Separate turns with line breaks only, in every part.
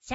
シ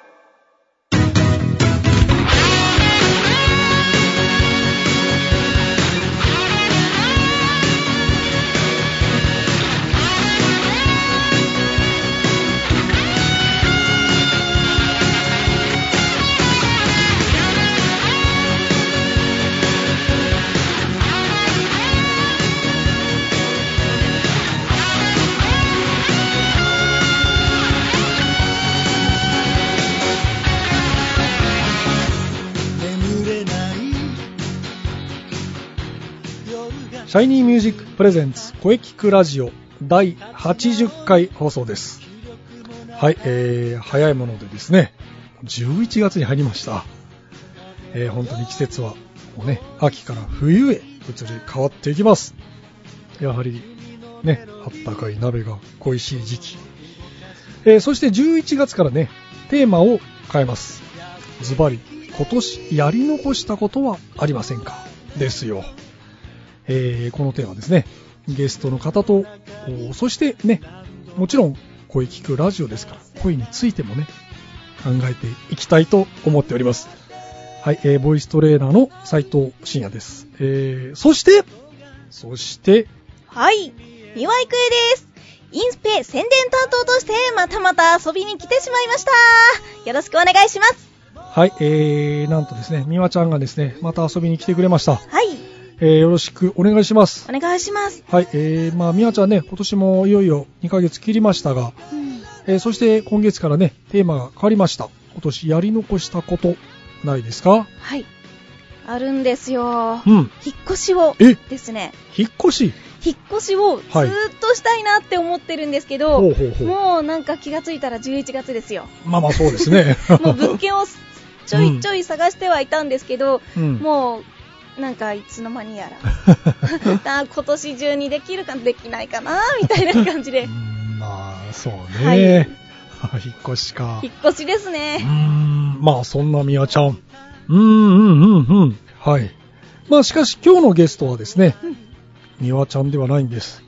眠れない夜が
シャイニーミュージックプレゼンツ声聞くラジオ第80回放送です。はい、えー、早いものでですね、11月に入りました。えー、本当に季節はもうね、秋から冬へ移り変わっていきます。やはりね、あったかい鍋が恋しい時期。えー、そして11月からね、テーマを変えます。ズバリ、今年やり残したことはありませんかですよ。えーこのテーマですねゲストの方とおーそしてねもちろん声聞くラジオですから声についてもね考えていきたいと思っておりますはい、えーボイストレーナーの斉藤真也です、えーそしてそして
はい。三輪育英です。インスペ宣伝担当として、またまた遊びに来てしまいました。よろしくお願いします。
はい、えー、なんとですね美和ちゃんがですねまた遊びに来てくれました、
はい。
えーよろしくお願いします
お願いします。
はい、えー、まあ、みやちゃんね、今年もいよいよ2ヶ月切りましたが、えーそして今月からね、テーマが変わりました。今年やり残したこと、ないですか
はい。あるんですよ。
うん。
引っ越しを
え
ですね。
引っ越し。
引っ越しをず
はい
ーっとしたいなって思ってるんですけど、
ほうほうほう
もうなんか気がついたら11月ですよ。
まあまあそうですね。
もう物件をちょいちょ い探してはいたんですけど、
うん
もうなんかいつの間にや らあ今年中にできるかできないかなみたいな感じ
う
で
んまあ、そう
は
ね。 引っ越しか。
引っ越しです
うー
ね、
ん、まあそんなみやちゃん。うーん、うん、うん、うん。はい。まあしかし今日のゲストはですね、みわちゃんではないんです。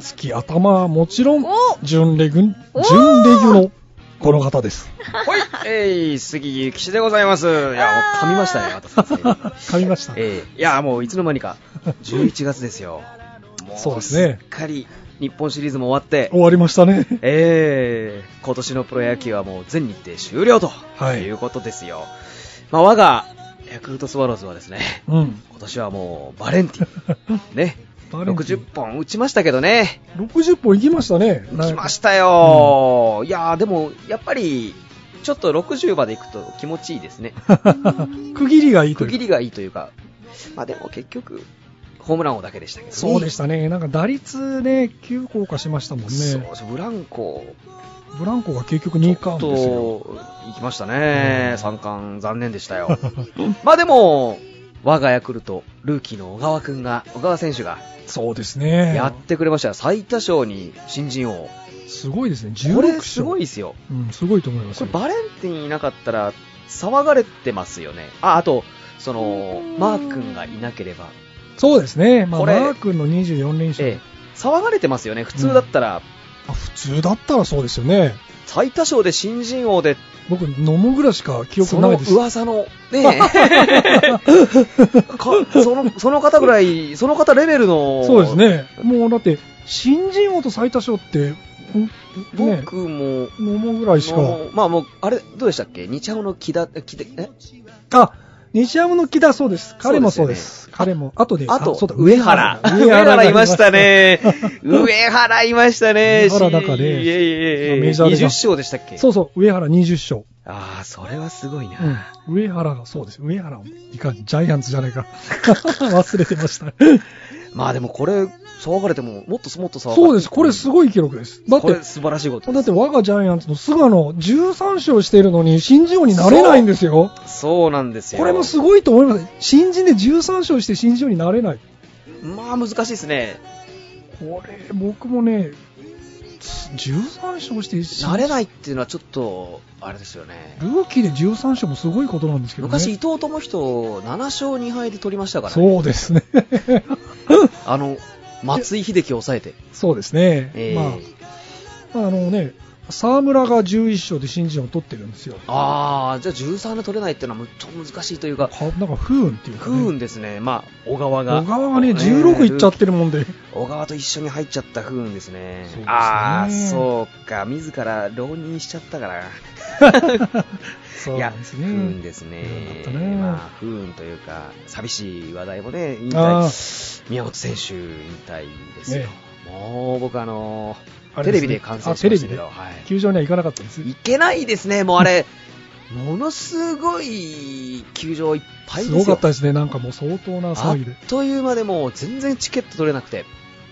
月頭はもちろん
お、
準レギュ、準
お
レギュのこの 方です。
はい、えい、杉ゆきしでございます。いや、もう噛みましたね、私先生。
噛みました。
えーいや、もういつの間にか、11月ですよ。も
そうですね
すっかり日本シリーズも終わって、
終わりましたね。
えー今年のプロ野球はもう全日程終了と、
はい
い、うことですよ。まあ、我がヤクルトスワローズはですね、
うん。
今年はもうバレンテ ィン、ね、
バレンティン
60本打ちましたけどね、
60本いきましたね。
来ましたよ、いやーでもやっぱりちょっと60までいくと気持ちいいですね、
区切りがいいと
区
い
切
う。
りがいいというか、まあでも結局、ホームラン王だけでしたけどね、
そうでしたね。なんか打率ね、9降下しましたもんね。
そうそうブランコ
ブランコが結局2
と
冠ですよ。
行きましたね、三冠、残念でし たよ、まあでも、我がヤクルト、ルーキーの小川君が、小川選手が
そうですね。
やってくれましたよ、最多勝に新人王、
すごいですね。16
これ
勝。
すごいですよ。
うん、すごいと思います
こ
よ。
れバレンティンいなかったら騒がれてますよね。あ、あと、その、マー君がいなければ。
そうですね。まあ、
こ
マ
れ
ー君の24連勝。
ええ、騒がれてますよね。普通だったら、
あ普通だったらそうですよね。
最多勝で新人王で、
僕、野茂ぐらいしか記憶
そ
な
の
いです。
噂の、ねえかその、その方ぐらい、その方レベルの、
そうです。ね。もうだって、新人王と最多勝って、んね、
僕も、
野茂ぐらいしか。
もうまあもう、あれ、どうでしたっけ日ハムの木田、木田、え
あ、西山の木田そうです。彼もそ
そうう
で。
ですす
彼も、あとで、
あと
そうだ、
上原。
上
上
原が
原
い
い
ま
ま
し
したたね。上原いましたね。
上原だからね
しいえいえいえ
メジャーで
20勝でしたっけ
そうそう、上原20
ああ、それはすごい
勝。
な。
うん。上原が、そうです。上原も、いかん、ジャイアンツじゃない か。忘れてました。
まあでもこれ、騒がれても、もっともっと騒がれて
そうです。これすごい記録です。だっ
こ
て
れ、素晴らしいこと
だって我がジャイアンツの菅野、13勝しているのに、新人王になれないんですよ。
そうなんですよ。
これもすごいと思います。新人で13勝して新人王になれない。
まあ難しいですね。
これ、僕もね、13勝して新人
慣れないっていうのはちょっと、あれですよね。
ルーキーで13勝もすごいことなんですけどね。
昔、伊藤智人、7勝2敗で取りましたからね。
そうですね。
あの、松井秀喜を抑えて。
そうですね。
ええ
まあ、あのね、沢村が11勝で新人を取ってるんですよ。
ああ、じゃあ13で取れないっていうのはむっちゃ難しいというか、
かなんか不運っていうか、
不
ね。
運ですね。まあ、小川が。
小川がね、16いっちゃってるもんで。
小川と一緒に入っちゃった不運です
そう
ね。
ですね
ああ、そうか。自ら浪人しちゃったから。
そう
い
な
や
んです、
不運
ね。
で
不
す
運
ね。
だったね
まあ、不運というか、寂しい話題もね、引
あ
退、宮本選手引退ですよ
ね。
もう僕あの
あれで
テレ
すね
ビで観戦しましたけど、
あ
はい。
球場には行かなかったんです。
いけないですね、もうあれ、ものすごい球場いっぱいです
すご
よ。
かったですね、なんかもう相当な
あ
騒ぎで、も
っという間でもう全然チケット取れなくて、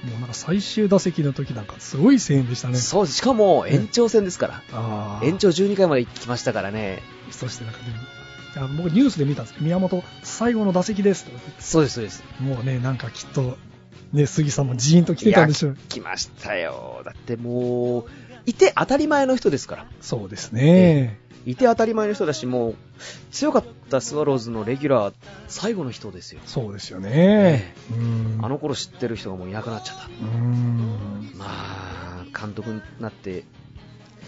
うなんか最終打席の時なんか、すごい声援でしたね、
そうしかも延長戦ですから、
あー
延長12回まで行きましたからね、
そしてなんかね、あ僕、ニュースで見たんですけど、宮本、最後の打席ですとか言っ
そうです、そうです、
てもうね、なんかきっと、ね、杉さんもジーンと来てたんでしょう、
来ましたよ、だってもう、いて当たり前の人ですから、
そうですね、
いて当たり前の人だし、もう強かったスワローズのレギュラー、最後の人ですよ、
そうですよね、うん
あの頃知ってる人がもういなくなっちゃった。
うん、
まあ監督になって、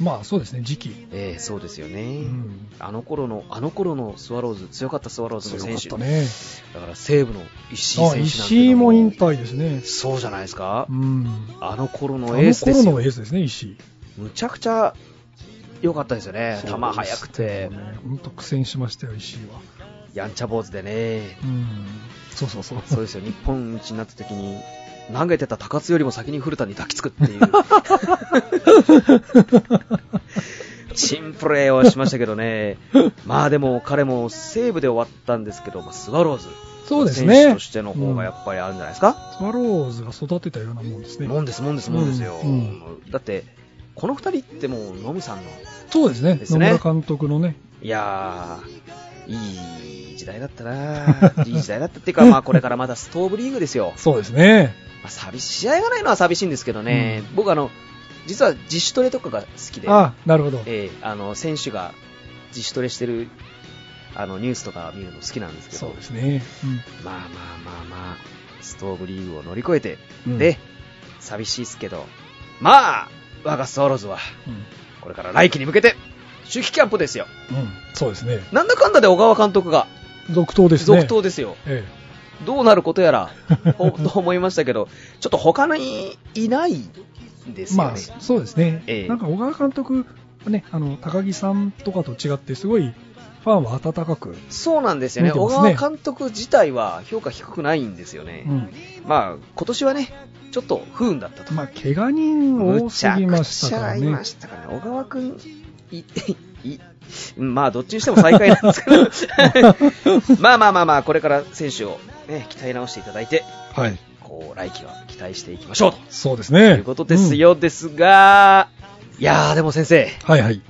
まあそうですね、時期、
ええそうですよね、
うん、
あの頃の、あの頃のスワローズ、強かったスワローズの
強か
選
っ
手、
たね、
だから西武の石井選
あ
手なんて
石井も引退ですね、
そうじゃないですか
う、ん、
あの頃
あ
のエー
の
スで
頃
すよ
のエースですね、石井。
むちゃくちゃ良かったですよね、球速くて、
本当苦戦しましたよ、石井は。
やんちゃ坊主でね、
うん、そうそうそう。
そうですよ、日本一になった時に、投げてた高津よりも先に古田に抱きつくっていう、チンプレーをしましたけどね、まあでも彼も西武で終わったんですけど、まあスワローズ、
そうです
選手
ね
と。しての方がやっぱりあるんじゃないですか。
スワローズが育てたようなもんですね。
もんですもんですもんですよ、
うん
だってこの二人ってもうノムさんの
そうですね。
です
野
ね
村監督のね。
いやーいい時代だったないい時代だったっていうかまあこれからまだストーブリーグですよ、
そうですね。
まあ、寂しい試合がないのは寂しいんですけどね、僕あの実は自主トレとかが好きで、
あなるほど。
ええあの選手が自主トレしてるあのニュースとか見るの好きなんですけ
そう
ど
ですね。
まあまあまあまあストーブリーグを乗り越えて、
うん
で、寂しいですけどまあ我がスワローズは
うん。
これから来季に向けて、秋季キャンプですよ。
うん。そうですね。
なんだかんだで小川監督が
続投ですね。
続投ですよ。
え
どうなることや ら、ほと思いましたけど、ちょっと他にいないんです
え。
よ
まあ、
ね。
そうですね
ええ。
なんか小川監督、ね、あの、高木さんとかと違って、すごい、ファンは温かく。
そうなんですよね
見て
小
ます
川
ね
監督自体は評価低くないんですよね。
うん。
まあ、今年はね、ちょっと不運だったと。
まあ、怪我人多
むち
す
ゃ
ぎま
く
し
ち
たか
ゃ
ら
い
ね。
ましたからね。小川君い、い、 まあ、どっちにしても最下位なんで すけど、まあまあまあまあ、これから選手を、ね、鍛え直していただいて、
はい。
こう、来季は期待していきましょう
そうです
と
ね。
いうことですよ、ですが、いやー、でも先生、
うん。はいはい。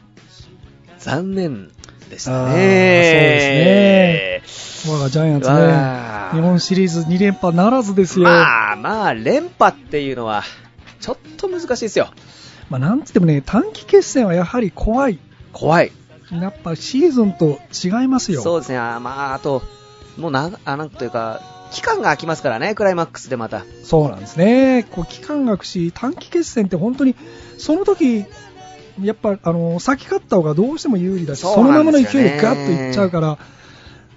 残念でし
あ
た
ーそう
ね。
ですね。我がジャイアンツね、
わあ
日本シリーズ2連覇ならずですよ。
まあまあ、連覇っていうのは、ちょっと難しいですよ。
まあ、なんつってもね、短期決戦はやはり怖い。
怖い。
やっぱシーズンと違いますよ。
そう
う
ですね、あーまあ、あと、もうな、あなんというか、期間が空きますからね、クライマックスでまた。
そうなんですね。こう期間が空くし、短期決戦って本当に、その時、やっぱ、あの、先勝った方がどうしても有利だし、
そ
そうの
な
ま
ん
ま
です
の
よ
勢
ね
いでガッといっちゃうから、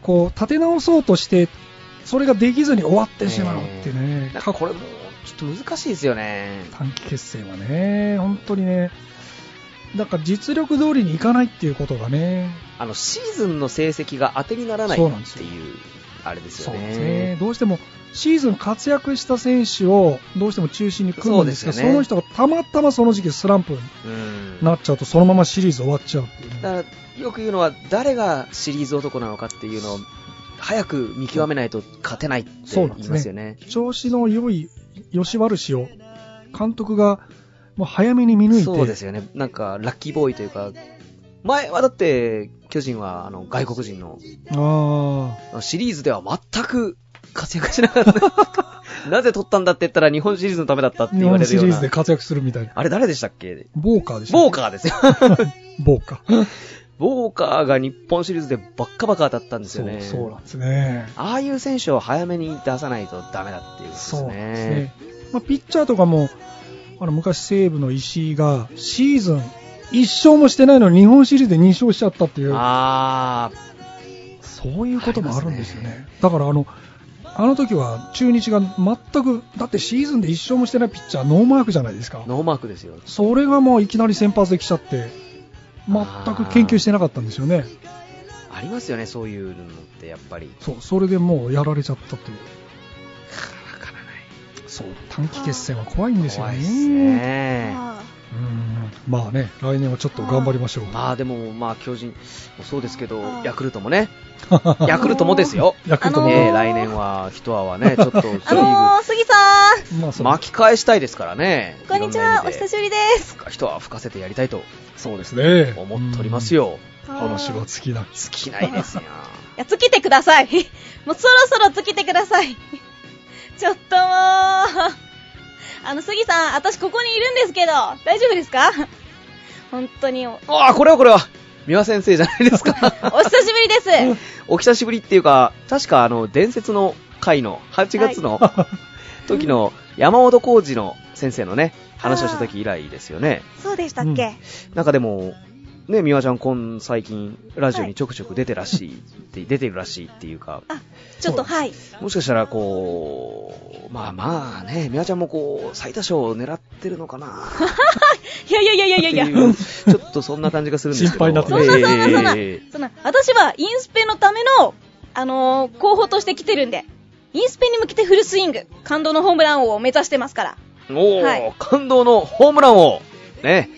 こう、立て直そうとして、それができずに終わってしまうっていうね。
なんかこれもう、ちょっと難しいですよね。
短期決戦はね、本当にね、だから実力通りにいかないっていうことがね、
あの、シーズンの成績が当てにならない
そうなんで
っ
す
て
よ
いう、あれです
そ
よ
うです
ね
ね。どうしてもシーズン活躍した選手をどうしても中心に組むんですけど、
そ
そう
ですよね
の人がたまたまその時期スランプに
うん
なっちゃうと、そのままシリーズ終わっちゃうっていうね、
だからよく言うのは誰がシリーズ男なのかっていうのを早く見極めないと勝てないって
そうなんで
言い
すね
ますよね。
調子の良い吉悪氏を監督がもう早めに見抜いて、
そうですよね。なんかラッキーボーイというか、前はだって巨人はあの外国人の
あ
シリーズでは全く活躍しなかった。なぜ取ったんだって言ったら日本シリーズのためだったって
ー日
言わ
本
れる
シ
よう
リーズで
な。
活躍するみたいな、
あれ誰でしたっけ
ボーカーでし
ボー
ょ、
カ ーですよ。
ボーカー、
ボーカーが日本シリーズでバッカバカ当たったんです
そ
よね
う。そうなんですね。
ああいう選手を早めに出さないとダメだっていうことですね。
そうなんですね。まあ、ピッチャーとかも、ああの昔西武の石井がシーズン1勝もしてないのに日本シリーズで2勝しちゃったっていう
あー
そういうこともあるんですよね。だからあの、あの時は中日が全く、だってシーズンで1勝もしてないピッチャー、ノーマークじゃないですか。
ノーマークですよ。
それがもういきなり先発できちゃって、全く研究してなかったんですよね。
ありますよね、そういうのって、やっぱり。
そう、それでもうやられちゃったという。
わからない。
そう、短期決戦は怖いんですよ
怖
ね。
いっすね。
うんまあね、来年はちょっと頑張りましょう。
まあでも、まあ巨人もそうですけど、ヤクルト もね、
あ
ヤクルトもですよ。
ヤクルト
あの
も、
ー
ね来年は一泡はね、ちょっとセリ
あ
ー
のー、杉さん、
まあ
グ
そう
巻き返したいですからね。
こんにちは、お久
し
しぶりです。
ぶり。一泡吹かせてやりたいと
そうですね。
思っております
よ。
よ。
話は
は
尽きない。
尽きないですよ。
いや、尽きてください。 もうそろそろ尽きてください。 ちょっともう。 あの、杉さん、私ここにいるんですけど、大丈夫ですか 本当にお、
ああ、これはこれは、三輪先生じゃないです
お
か。
久しぶりです。
お久しぶりっていうか、確かあの、伝説の回の、8月の 時の山本浩二の先生のね、話をした時以来ですよね。
そうでしたっけ、
なんかでも、ね、美和ちゃん、今最近、ラジオにちょくちょく出てらしいって、 出てるらしいっていうか、
あ、ちょっと、はい。
もしかしたら、こう、まあまあね、美和ちゃんもこう、最多勝を狙ってるのかな、
いやいやいやいやいやいや
って。いうちょっとそんな感じがするんですけど。
心配になっ
そん
て
なそんなそんな
ええ、
そんな、私はインスペのための、あのー候補として来てるんで、インスペに向けてフルスイング、感動のホームラン王を目指してますから。
おー、
はい
感動のホームランを、ね、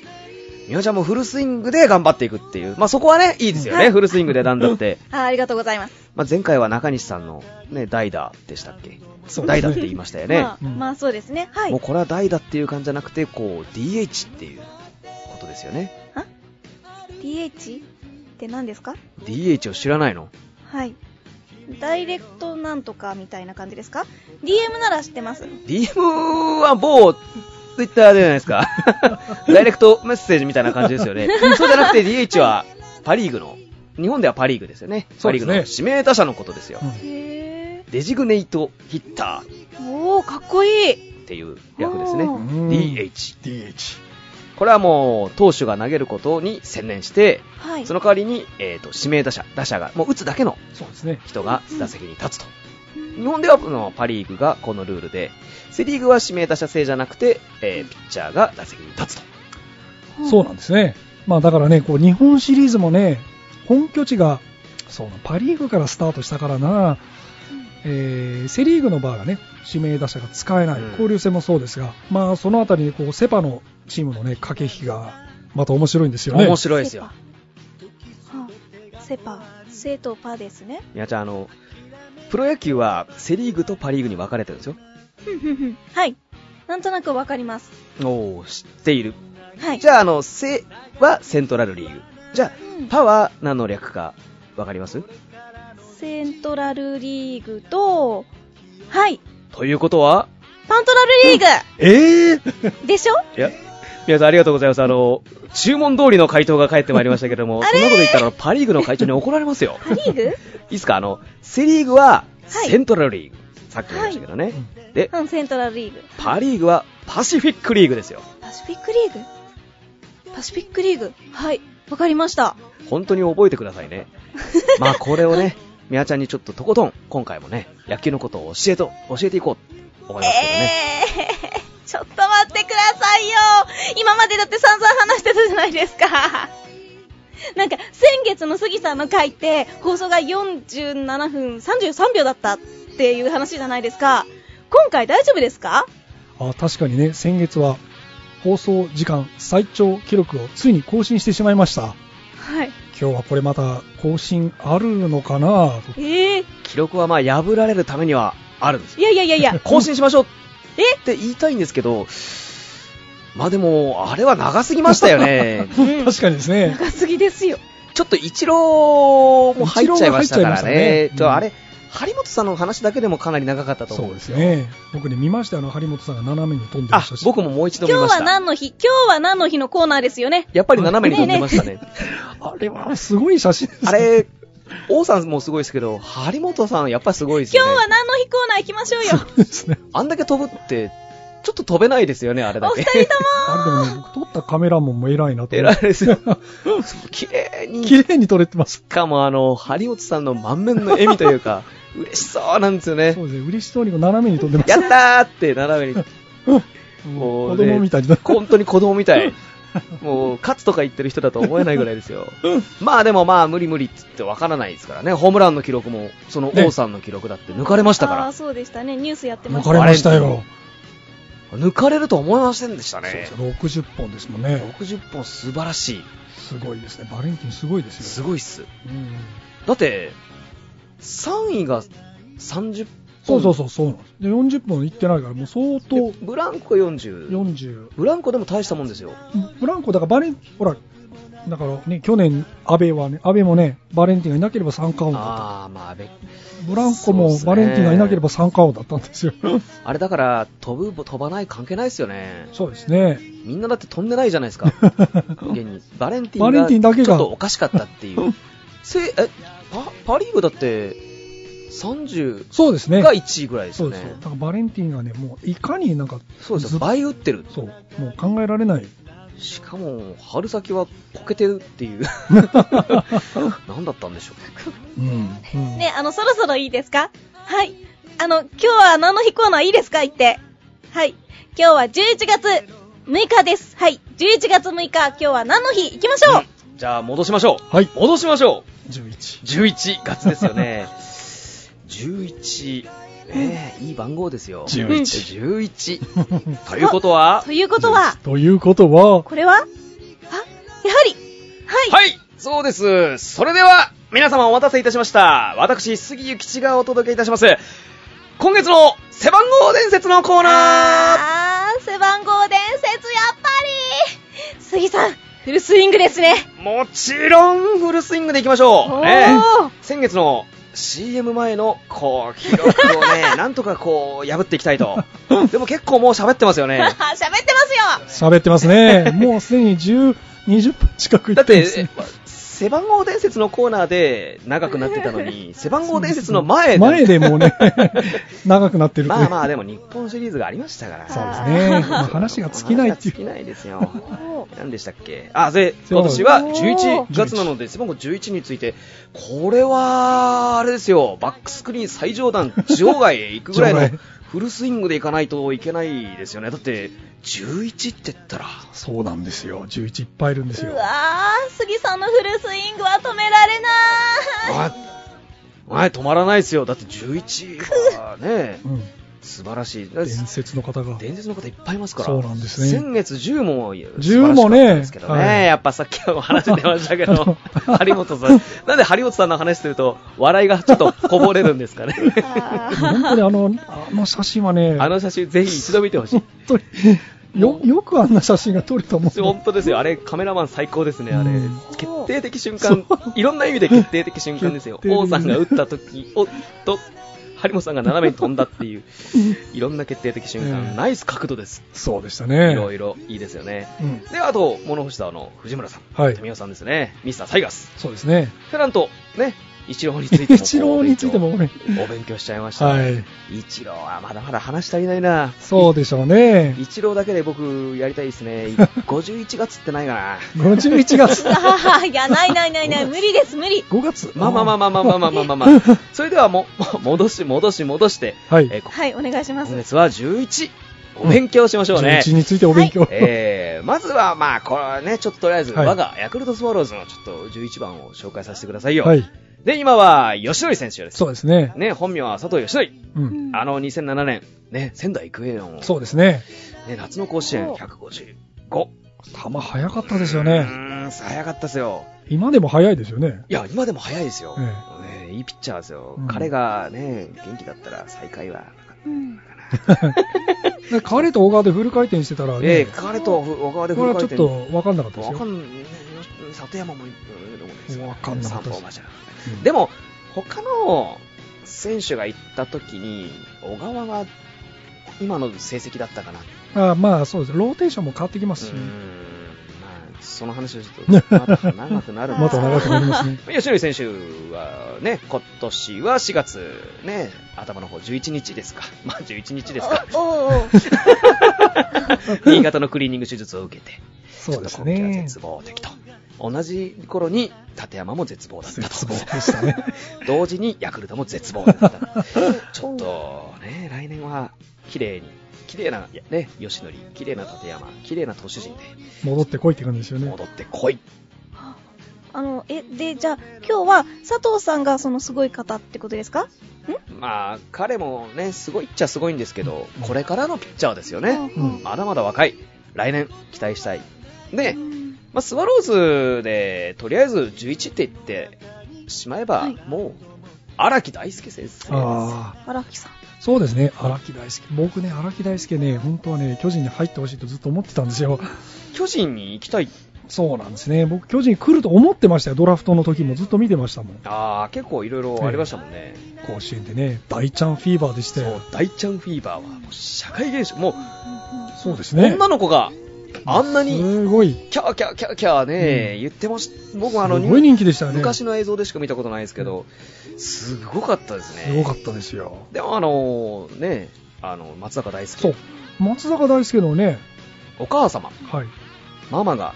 美和ちゃんもフルスイングで頑張っていくっていう、まあそこはね、いいですよね、
はい
フルスイングでなんだって。
あーありがとうございます。
まあ前回は中西さんのね、代打でしたっけ
そうですね
代打って言いましたよね。
まあ、
うん
まあそうですね。はい
もう。これは代打っていう感じじゃなくて、こう、DH っていうことですよね。
あ ?DH って何ですか
DH を知らないの
はい。ダイレクトなんとかみたいな感じですか ?DM なら知ってます。
?DM は某、Twitter じゃないで すか。ダイレクトメッセージみたいな感じですよね。そうじゃなくて DH はパリーグの、日本ではパリーグですよね。
そ
パ
う
リ
です
ーグ
ね
の指名打者のことですよ。
うん
へ
デジグネイトヒッタ
ー。おー、かっこいい。
ーっていう略ですね
お。ー
うん
DH。
DH。
これはもう、投手が投げることに専念して、
はい。
その代わりに、えっ、と、指名打者、打者が、もう打つだけの
そうですね。
人が打席に立つと。日本ではこのパ・リーグがこのルールで、セ・リーグは指名打者制じゃなくて、えーピッチャーが打席に立つと。
そうなんですね。まあだからね、こう日本シリーズもね、本拠地が、そうなパ・リーグからスタートしたからな、えーセ・リーグの場合はね、指名打者が使えない、
うん
交流戦もそうですが、まあそのあたりにこうセ・パのチームのね、駆け引きが、また面白いんですよね。
面白いですよ。
セパ。はあセパ。セとパですね。
みやちゃん、あの、プロ野球はセ・リーグとパ・リーグに分かれてるんですよ。
ふんふんふんはい。なんとなくわかります。
おー、知っている。
はい。
じゃあ、あの、セはセントラルリーグ。じゃあ、
うん
パは何の略か分かります
セントラルリーグと、はい。
ということは、
パントラルリーグ
ええ
でしょ
いや、皆さんありがとうございます。あの、注文通りの回答が返ってまいりましたけども、そんなこと言ったらパリーグの会長に怒られま すよ。
パリーグ
いいっすかあの、セリーグは
はい
セントラルリーグ。さっきも言いましたけどね。で、
うん、セントラルリーグ。
パリーグはパシフィックリーグですよ。
パシフィックリーグパシフィックリーグはい、わかりました。
本当に覚えてください ね。まあこれをね、みやちゃんにちょっととことん、今回もね、野球のことを教えと、教えていこうと思いますけどね。
えー、ちょっと待ってくださいよ今までだって散々話してたじゃないですか。なんか、先月の杉さんの回って、放送が47分33秒だったっていう話じゃないですか。今回大丈夫ですか
あ確かにね、先月は放送時間最長記録をついに更新してしまいました。
はい。
今日はこれまた更新あるのかなと
えー、
記録はまあ破られるためにはあるんですよ。
いやいやいやいや、
更新しましょう
え
って言いたいんですけど、まあでも、あれは長すぎましたよ ね。
うん
確かにですね。
高すぎですよ。
ちょっと一郎も入っちゃいましたからね。
イチ
ち
ロー
ょ
が
あ
入っ
れ、張本さんの話だけでもかなり長かったと思
そううんで
です
す
よ。
ね。僕ね、見ましたよ、あの、張本さんが斜めに飛んでま
あ
したし。、
僕ももう一度見
今
ま
日
し
は
た。
何の日今日は何の日のコーナーですよね。
やっぱり斜めに飛んでました ね。
あれはすごい写真ですね
あれ、王さんもすごいですけど、張本さんやっぱりすごいです
今
よ
日
ね。
は何の日コーナー行きましょうよ。
そうですね。
あんだけ飛ぶって、ちょっと飛べないですよね、あれだ
お
け。
二人と
あれ でもね、僕撮ったカメラマンも偉いなと思
偉
っ
い
て。
ですよ。そう 綺麗 に。
綺麗に撮れてます
し。かもあの、張本さんの満面の笑みというか、嬉しそうなんですよね
そ。うですね、嬉しそうにこう斜めに撮ってます。
やったーって斜めに。も
子
うね
供みたいな。
本当に子供みたい。もう、勝つとか言ってる人だと思えないぐらいですよ。まあでもまあ、無理無理って言ってわからないですからね。ホームランの記録も、その
ね
王さんの記録だって抜かれました
も
か
ああ
ら
ー、。そうでしたね。ニュースやってま
抜
した
かれましたよ。
抜かれると思いませんでしたね。
60本ですもんね。
60本素晴らしい。
すごいですね。バレンティンすごいです
す
よ。
ごいっ
う
す。
ん
だって、3位が30
そ
本。
うそうそう、そうなんです。で、40本いってないから、もう相当
でブランコ40。
40。
ブランコでも大したもんですよ。
ブランコ、だからバレン、ほら、だからね、去年、安倍はね、安倍もね、バレンティンがいなければ三冠王だった。
ああ、まあ、べ
ブランコ
そう
も
ですね
バレンティンがいなければ三冠王だったん ですよ。
あれだから、飛ぶ、飛ばない関係ないですよね。
そうですね。
みんなだって飛んでないじゃないで すか。現に。バレンティンが
バレンティンだけが
ちょっとおかしかったっ ていう。せえパパ・リーグだって30
そうですね。
が1位ぐらいです
そ
よ
うですよ。
ね
だ。からバレンティンがね、もういかになんか、
そうです
ず
よ。倍打ってる。
そう、もう考えられない。
しかも、春先はこけてるって いう。何だったんでしょ
うん。うん
ね、あの、そろそろいいですかはい。あの、今日は何の日コーナーいいですか言って。はい。今日は11月6日です。はい。11月6日、今日は何の日行きましょう、
う。じゃあ、戻しましょう。
はい、
戻しましょう。
11。
11月ですよ ね。11。ええいい番号ですよ。
11
11。と いうことは
ということは、
ということは、
これはあ、やはり、はい。
はい、そうです。それでは、皆様お待たせいたしました。私、杉ゆきちがお届けいたします。今月の背番号伝説のコーナー
あー、背番号伝説、やっぱり杉さん、フルスイングですね。
もちろん、フルスイングでいきましょう。ね
おー
先月の CM 前の、こう、記録を ね、なんとかこう、破っていきたいと。でも結構もう喋ってますよ
喋
ね
って。ますよ
喋ってますね。もうすでに10、20分近くい
だ
っ
ってて
ますね。、
背番号伝説のコーナーで長くなってたのに、背番号伝説の前で。
前で もうね、長くな ってるという
まあまあ、でも日本シリーズがありましたから。
そうですね。 まあ話が尽きないってい
話が尽き
う。
ないですよ。何でしたっけあ、で、今年は11月なので、背番号11について、これは、あれですよ、バックスクリーン最上段、場外へ行くぐら い
場
の
外
フルスイングで行かないといけないですよね。だって、11って言ったら、
そうなんですよ。11いっぱいいるんですよ
う。わー、杉さんのフルスイングは止められな
お
ーい。
前、お前止まらないですよ。だって11はね、
うん。
素晴らしい。
伝説の方が。
伝説の方いっぱいいますから。
そうなんですね
先月10も
10もね
ですけどね、
はい
やっぱさっきも話出ましたけ
あ
ど
の、
張本さん。なんで張本さんの話すると、笑いがちょっとこぼれるんで すかね。
あー
本当にあの、あの写真はね、
あの写真ぜひ一度見てほしい。
本当によ、よくあんな写真が撮れたもん
本当ですよ。あれ、カメラマン最高ですね、あれ
うん。
決定的瞬間、いろんな意味で決定的瞬間ですよ。
決定的
王さんが打った時を、と、張本さんが斜めに飛んだっていう、いろんな決定的瞬間、
うん
ナイス角度です。
そうでした
い
ね。
ろいろいいですよね。
うん。
で、あと、物干し座の藤村さん、
はい
富雄さんですね、ミスタータイガース、
そうですね。
それなんと、ね、イチローについてもこう、
一郎についてもね、
お勉強しちゃいました、
は
ね
い。
イチローはまだまだ話足りないな、
そうでしょうね。
イチローだけで僕、やりたいで すね、51月ってないかな。
51月。
あーいや、ないないないない、無理です、無理。
5月。
まあまあまあまあまあまあまあ まあ、まあ、それではもも戻し戻し戻して、
はい
えーこ
はい、お願いします
今。月は11、お勉強しましょうね。
11についてお勉強。
えー、まずは、まあ、これはね、ちょっととりあえず、
はい
我がヤクルトスワローズのちょっと11番を紹介させてくださいよ。
はい。
で、今は、吉典選手です。
そうですね。
ね、本名は佐藤吉典。
うん。
あの、2007年、ね、仙台育英の、
そうですね。
ね、夏の甲子園155。
球早かったですよ
う
ね。
ーん、早かったですよ。
今でも早いですよね。
いや、今でも早いですよ。
え
ねいいピッチャーですよ。
うん
彼がね、元気だったら最下位はなかっ
うん
た
で彼と小川でフル回転してたら
え
ね
え、彼と小川で
これ
振り
はち
返っ
ょってと分かんなかったです
わ
よ
か。んない、里山もいろいろですよ
わかんなかったです
三本柱
うん
でも、他の選手が行った時に、小川が今の成績だったかな。
あまあそうです。ローテーションも変わってきますし
うー。んまその話をちょっと、また長くなるんで
ます
け
た
ど
長くなり ますね。
吉野選手はね、今年は4月、ね、頭の方11日ですか。まあ11日ですか。
おおお
新潟のクリーニング手術を受けて、
そうです
ちょっと今季は
ね。
絶望的と。同じ頃に立山も絶望だったと。
絶望でしたね。
同時にヤクルトも絶望だった。ちょっとね、来年は綺麗に、綺麗な、いやね、吉野、綺麗な立山、綺麗な投手陣で
戻ってこいって感じですよね。
戻ってこい。
あの、え、で、じゃあ、今日は佐藤さんがそのすごい方ってことですか
まあ、彼もね、すごいっちゃすごいんですけど、これからのピッチャーですよね。
うん
まだまだ若い。来年、期待したい。
う
で、
ん
まあ、スワローズで、とりあえず11って言ってしまえば、
はい
もう、荒木大輔先生。
ああ、
荒木さん。
そうですね。荒木大輔。僕ね、荒木大輔ね、本当はね、巨人に入ってほしいとずっと思ってたんです よ。
巨人に行きたい。
そうなんですね。僕、巨人来ると思ってましたよ。ドラフトの時もずっと見てましたもん。
ああ、結構いろいろありましたもんね。
甲子園でね、大ちゃんフィーバーでして。
そう、大ちゃんフィーバーは、もう社会現象。もう、
そうですね。
女の子があんなに、
すごい。
キャーキャーキャーキャーね、言ってまし僕はあの、
すごい人気でしたよね。
昔の映像でしか見たことないですけど、すごかったですね。
すごかったですよ。
でもあのね、あの、松坂大
そ
輔
う。。松坂大輔のね、
お母様、
はい。
ママが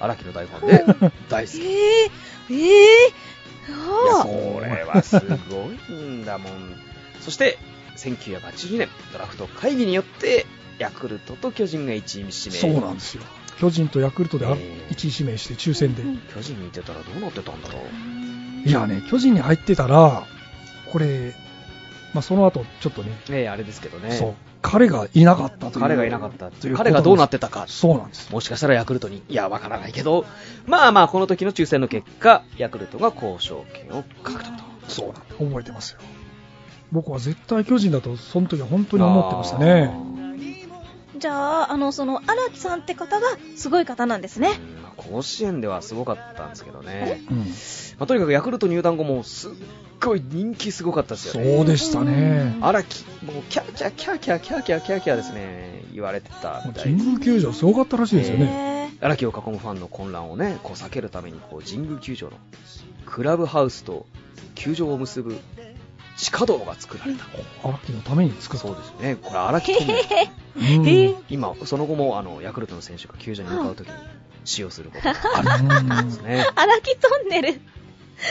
荒木の大ファンで、大好
え
き。い
えええ
や、
あ
これはすごいんだもん。そして、1982年、ドラフト会議によって、ヤクルトと巨人が1位
そう
指名。
なんですよ。巨人とヤクルトであ
ええ
1位指名して抽選で。
巨人にいてたらどうなってたんだろう。
いやね、巨人に入ってたら、これ、まあ、その後、ちょっとね、
ねえ、あれですけどね。
そう、彼がいなかったという。
彼がいなかったっていう
と
彼がどうなって
た
たか。
そうなんです。
もしかしたらヤクルトに、いや、わからないけど、まあまあ、この時の抽選の結果、ヤクルトが交渉権を獲得と。
そうなんです覚えてますよ。僕は絶対巨人だと、その時は本当に思ってましたね。
じゃあ、あの、その、荒木さんって方がすごい方なんです
あ
ね。
ー。うんまあ甲子園ではすごかったんですけどね、
うん、
まあ、とにかくヤクルト入団後もすっごい人気すごかったです
そ
よね、
うでしたね。
荒木、もうキャーキャーキャーキャーキャーキャーキャーキャーですね、言われてた
も
み
う
た
神
いです
宮球場、すごかったらしいですよね。
ええ
荒木を囲むファンの混乱をね、こう避けるためにこう神宮球場のクラブハウスと球場を結ぶ地下道が作られた、
荒木のために作った。
そうですね、これ荒木 トンネル
うん
へえ
今、その後もあのヤクルトの選手が球場に向かうときに使用することがある
うん
んですね。
荒木トンネル。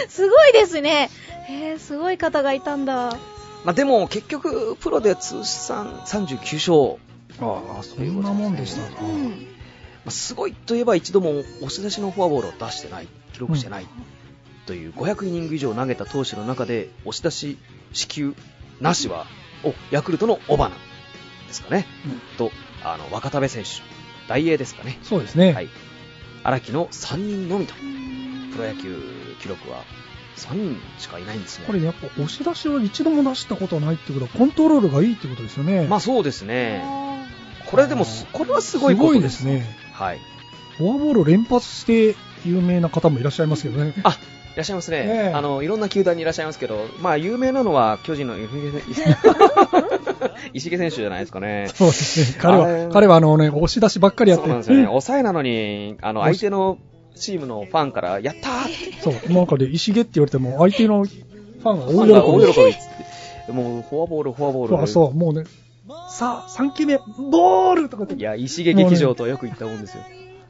すごいですね。ええすごい方がいたんだ。
まあ、でも結局、プロで通算39勝、
ああ、そんなもんでしたか。
うん。
まあ、すごいといえば一度も押し出しのフォアボールを出してない、記録してない、という500イニング以上投げた投手の中で押し出し、支給なしは、おヤクルトのオバナですかね、
うん
とあの若田部選手、大英ですかね、
そうですね。
はい荒木の3人のみと、
うん
プロ野球記録は3人しかいないんですね。
これやっぱ押し出しは一度も出したことはないってことはコントロールがいいってことですよね。
まあそうですね。
あ
これでもす、これはすごい
す
こ
ご
と
い
で。
ですすね。
はい。
フォアボールを連発して有名な方もいらっしゃいますけどね。
あ、いらっしゃいますね。
ねえ
あの、いろんな球団にいらっしゃいますけど、まあ有名なのは巨人の 石毛選手じゃないですかね。
そうですね。彼
あれ
は、彼はあのね、押し出しばっかりやっ
そ
て。
うなんですよね。抑えなのに、あの、
押
相
し
手のチームのファンから、やったーって、
そうなんかで、石毛って言われても、相手のファンが
ファンが
大
大
喜
喜
び。
びっつって。もう、フォアボール、フォアボール。
そうそう、もうね、さあ、3球目、ボールとかって
い。や、石毛劇場とはよく言ったもんですよ。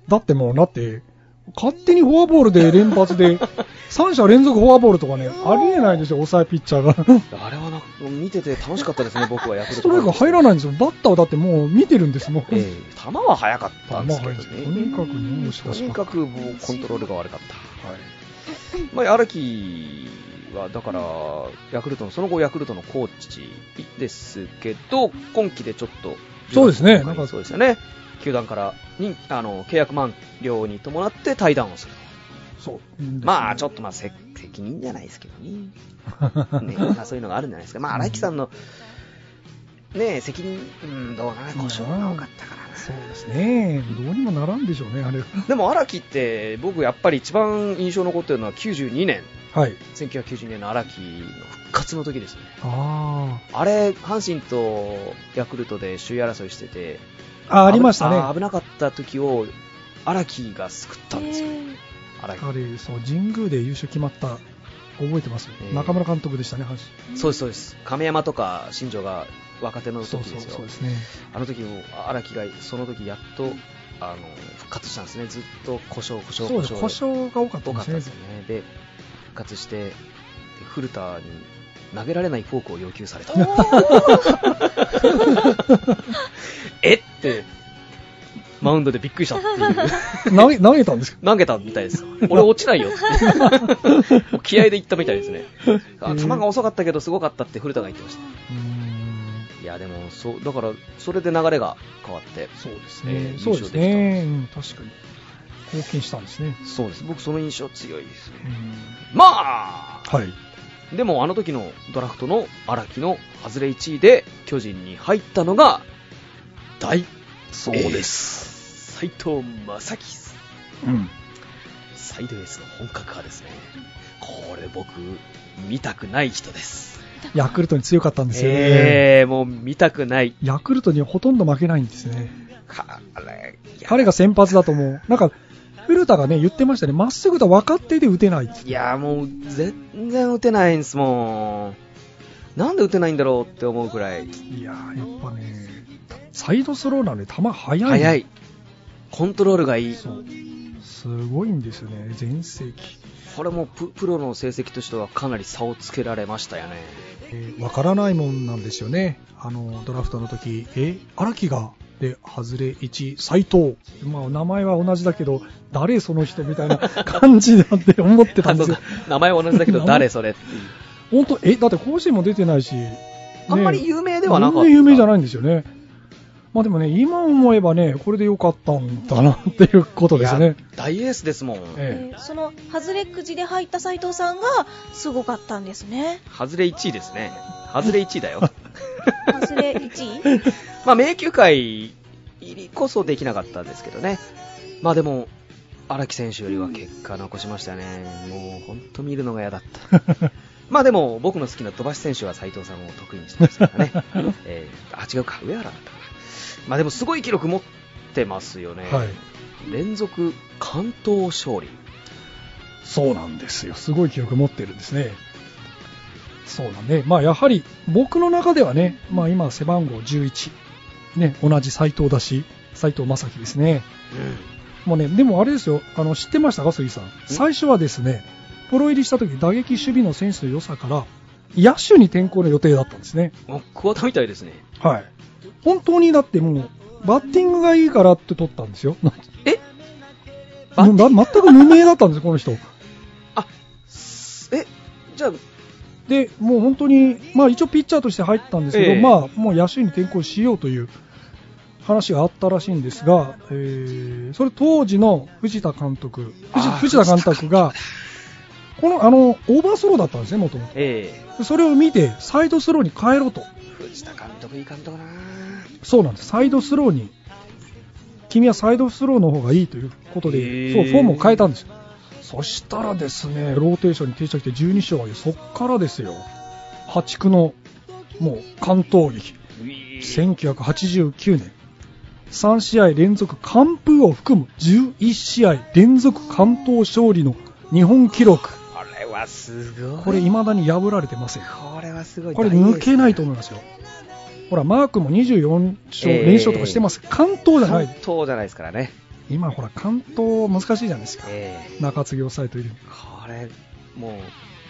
だってもう、だって、勝手にフォアボールで連発 で、3者連続フォアボールとかね、ありえないでしょ、抑えピッチャーが。
あれはなんか、見てて楽しかったですね、僕はヤクルト。
ストライク入ら
い。
ないんですよ。バッターはだってもう見てるんですもん。
ええ球は速かった
あ
ん
ま
で
あ
すけ
はい
どね
と。にかくね、押し
と
出し
に
ばっ
か
か
くもうコントロールが悪かった。
りはい
まあ、荒木は、だから、ヤクルトの、その後ヤクルトのコーチですけど、今季でちょっと、
そうですねなんか
そうですよね。球団からにあの契約満了に伴って退団をする。
そう。
まあ、ち
ょ
ょっとまあ、せ責任じゃないですけど ね。ね、まあそういうのがあるんじゃないですか。まあ、荒木さんの、ね、責任、うん、どうかな、故障が多かったからな。
そうですね。どうにもならんでしょうね、あれは。
でも荒木って僕やっぱり一番印象残ってるのは92年
はい。
1992年の荒木の復活の時ですね
あ
あれ阪神とヤクルトで首位争いしてて
あ。あ、ありましたね。
あ危なかった時を荒木が救ったんですよ、
え
荒木
あれそう神宮で優勝決まった覚えてます、
えー
中村監督でしたね阪
そうですそうです亀山とか新庄が若手の
神そう
時
そ
で
う
すよ
そうですね
あの時も荒木がその時やっとあの復活したんですねずっと故障故障
そう
故
です
障
故障が多かった
多
ん
か
で
っ
す
たん
ね
ですよねで復活してで古田に投げられないフォークを要求された えってマウンドでびっくりしたっていう
投げ投げたんですけ
投げたみたいです俺落ちないよって 気合でいったみたいですねあ球が遅かったけどすごかったって古田が言ってました
どうーん
いやでもそうだからそれで流れが変わって
そうです
え
ね
ー
そうですね、うん、確かに貢献したんですね
そうです僕その印象強いです
う
ね
ん
まあ
はい
でもあの時のドラフトの荒木の外れ1位で巨人に入ったのが大そうです斎藤正樹
うん
サイドエースの本格派ですねこれ僕見たくない人です
ヤクルトに強かったんですよね、
えー、もう見たくない
ヤクルトにほとんど負けないんですね
かあれいや
彼が先発だともうなんか古田がね言ってましたねまっすぐと分かっていて打てないって
いやもう全然打てないんですもんなんで打てないんだろうって思うくらい
いやーやっぱねサイドスローなので球速い
速いコントロールがいい
そうすごいんですよね全盛期
これもププロの成績としてはかなり差をつけられましたよね
えーわからないもんなんですよねあのドラフトの時え荒木がで外れ1斎藤まあ名前は同じだけど誰その人みたいな感じなんて思ってたんですよ
あそう 名前は同じだけど誰それっていう
本当えだって甲子園も出てないし、
あんまり有名ではなかった
全然有名じゃないんですよねまあでもね今思えばねこれで良かったんだなっていうことですね
いや大エースですもん、
え
ーその外れくじで入った斎藤さんがすごかったんですね
外れ1位ですね外れ1位だよ
外れ1位
まあ迷宮会入りこそできなかったんですけどねまあでも荒木選手よりは結果残しましたねもう本当見るのが嫌だった まあでも僕の好きな飛ばし選手は斎藤さんを得意にしてま すからね、えーあ違うか上原だったかなまあでもすごい記録持ってますよね、
えはい
連続関東勝利
そうなんですよすごい記録持ってるんですねそうなんで、まあ、やはり僕の中ではね、まあ、今背番号11、ね、同じ斎藤だし斎藤正樹ですねもうね、でもあれですよ、あの知ってましたか、杉さん。最初はですね、プロ入りした時打撃、守備のセンスの良さから、野手に転向の予定だったんですね。
もう桑田みたいですね
はい。本当にだってもう、バッティングがいいからって取ったんですよ。
え
もうな全く無名だったんですよ、この人。
あえじゃあ
で、もう本当に、まあ一応ピッチャーとして入ったんですけど、
ええ
まあもう野手に転向しようという話があったらしいんですが、えーそれ当時の藤田監督、藤
あー
藤田監督が、この、あの、オーバースローだったんですね、もとも
ええ
と。それを見て、サイドスローに変えろと。
藤田監督いい監督だな
そうなんです。サイドスローに、君はサイドスローの方がいいということで、
へー
そう、フォームを変えたんですよ。そしたらですね、ローテーションに定着して12勝を挙げ、そっからですよ、破竹の、もう、関東劇、1989年、3試合連続完封を含む11試合連続関東勝利の日本記録、
これはすごい
これ、未だに破られてません。
これはすごい
これ抜けないと
思
思いますよ。ほら、マークも24勝、
えー
連勝とかしてます。関東じゃな
関
い。
東じゃないですからね、
今、ほら、関東難しいじゃないですか。
ええ
中継ぎ抑えといる。
これも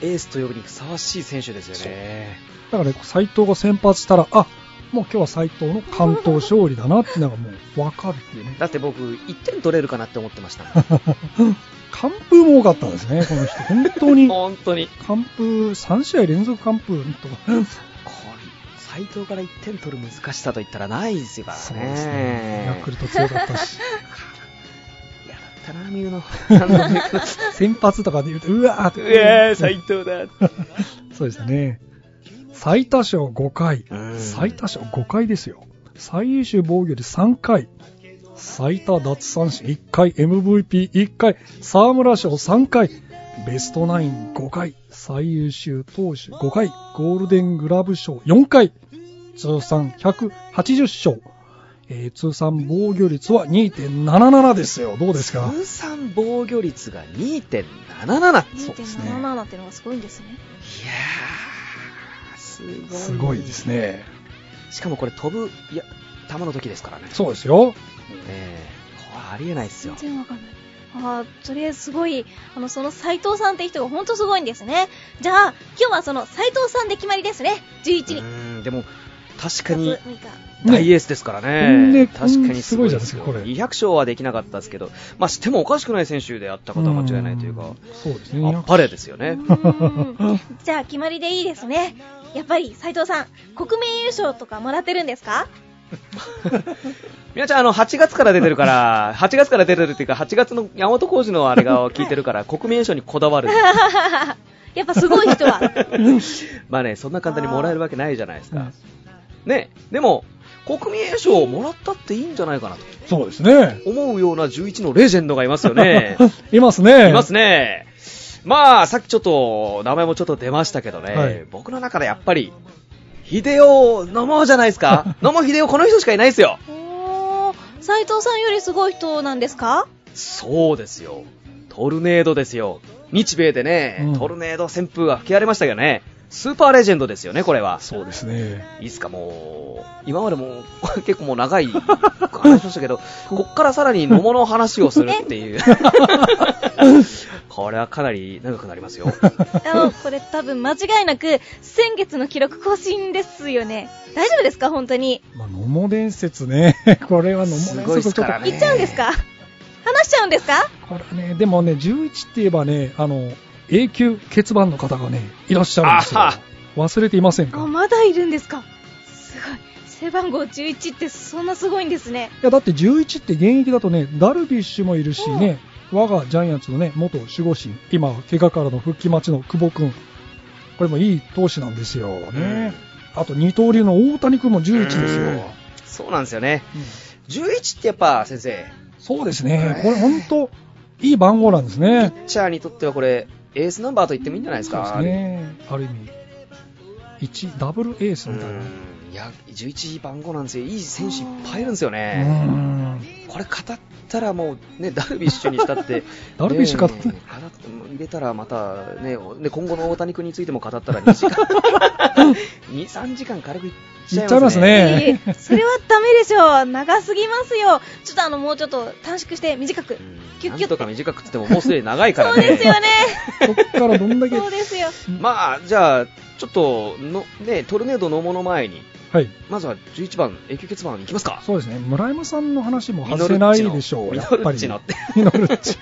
うエースと呼ぶにふさわしい選手ですよね
だから、斎藤が先発したら、あもう今日は斎藤の関東勝利だなってのがもう分かるっていうね。
だって僕1点取れるかなって思ってました
完封も多かったんですね、この人。本当に。
本当に
完封、3試合連続完封とか。
これ斎藤から1点取る難しさといったらないですから ね
そうですね。ヤクルト強かったし。
いやだったな見るの
先発とかで言うと、うわーって。
藤だ
そうでしたね。最多勝5回
う。ん
最多勝5回ですよ。最優秀防御率3回。最多奪三振1回。MVP1 回。沢村賞3回。ベストナイン5回。最優秀投手5回。ゴールデングラブ賞4回。通算180勝。えー通算防御率は2.77ですよ。どうですか
通算防御率が2.77って。
そうですね
2.77ってのがすごいんですね。
いやー、すごい。
すごいです。ね。
しかもこれ飛ぶ、いや、球の時ですからね。
そうですよ。
ええこれありえないですよ
全。然わかんない。あーとりあえずすごい、あの、その斎藤さんって人が本当すごいんですね。じゃあ、今日はその斎藤さんで決まりですね。11
う
に。
ーんでも、確か
6
に
日。
大エースですからね。
ね
確かにすごい
こんなすごいじゃない
で
です
す
か
よ。
これ
200勝はできなかったですけど、まあ、してもおかしくない選手であったことは間違いないというか
ん、そうですね。
あっぱれですよね。
うーんじゃあ、決まりでいいですね。やっぱり斎藤さん、国民優勝とかもらってるんです か
みなちゃん、あの、8月から出てるから、8月から出てるっていうか、8月の山本浩二のあれが聞いてる から、国民栄誉賞にこだわる。
やっぱすごい人は。
まあね、そんな簡単にもらえるわけないじゃないですか。ね、でも、国民栄誉賞をもらったっていいんじゃないかなと
そうですね。
思うような11のレジェンドがいますよね。
います ね。
いますね。まあ、さっきちょっと、名前もちょっと出ましたけどね、
はい
僕の中でやっぱり、秀夫、飲もうじゃないです か。飲もう秀夫、この人しかいないですよ。
おー、斎藤さんよりすごい人なんですか
そうですよ。トルネードですよ。日米でね、
うん
トルネード旋風が吹き荒れましたけどね、スーパーレジェンドですよね、これは。
そうですね。
いいっすか、もう、今までもう 結構もう長 い話でしたけど、こっからさらに桃の話をするっ ていう。 これはかなり長くなりま すよ。
あの、これ多分間違いなく、先月の記録更新ですよね。大丈夫ですか本当に。
まあ、野茂伝説ね。 これは野茂
す
伝
ごいっ
説
す
ちょ
か
っと
らね。
行っちゃうんですか話しちゃうんですか
これはね、でもね、11って言えばね、あの、永久欠番の方がね、いらっしゃるんですよ
あは。
忘れていません
あ、
か
まだいるんですかすごい。背番号11ってそんなすごいんですね。
いや、だって11って現役だとね、ダルビッシュもいるしね、我がジャイアンツのね、元守護神、今、怪我からの復帰待ちの久保君。これもいい投手なんですよね。あと、二刀流の大谷君も11ですよ。
うんそうなんですよね。
うん
11ってやっぱ先生、
そうですね。これ本当、いい番号なんですね。
ピッチャーにとってはこれ、エースナンバーと言ってもいいんじゃないです
そうで
か。
すね。ある意味、1、ダブルエース
う
みたいな。
ん。いや、11番号なんですよ。いい選手いっぱいいるんですよね。
うん。
これ語ったらもう、ね、ダルビッシュにしたって
ダルビッシュ語って
ねえ語って入れたらまた、ね、おね今後の大谷君についても語ったら2時間。2、3時間軽くいっちゃ
いっ
いますね。
ちゃいますねええ
いえいえそれはダメでしょう。長すぎますよ。ちょっとあの、もうちょっと短縮して短く
う。ん
キュッ
な
キュッ
んとか短くって言ってももうすでに長いから
そう
ね。
ですよね。
そっからどんだけ。
そうですよ。
まあ、じゃあ、ちょっとの、ね、トルネードのもの前に、
はい。
まずは11番、永久欠番いきますか。
そうですね。村山さんの話も外せないでしょう。
ミ
やっ
ノル
ぱ
ッ
り。
チのって。
ミノルッ チ。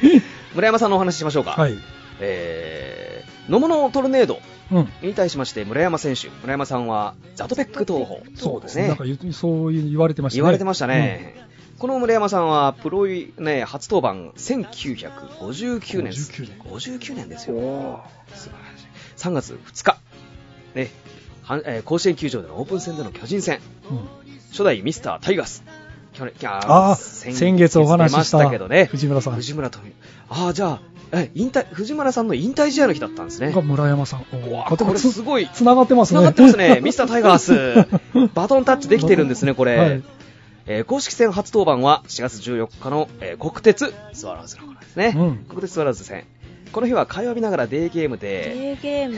村山さんのお話ししましょうか。
はい。
えー、野物トルネード
うん。
に対しまして村山選手、村山さんはザトペック投法。
そうですね。なんか言うそう言われてましたね。
言われてましたね。この村山さんはプロ入りね、初登板1959年です。
59年
59年ですよ。素晴らしい。3月2日、ねはえー甲子園球場でのオープン戦での巨人戦、
うん。うん
初代ミスタータイガース。去年、いやー
あー先月お話しした
出まけどね、
藤村さん
藤村富美ああ、じゃあ、え、引退、藤村さんの引退試合の日だったんですね
が。村山さん。おー
うわ
と
これすごい
つながってますね。
繋がってます ね。ミスタータイガース。バトンタッチできてるんですね、これ。
はい
えー公式戦初登板は4月14日の、えー国鉄スワローズの頃ですね。
うん
国鉄スワローズ戦。この日は会話見ながらデーゲームで、
デーゲー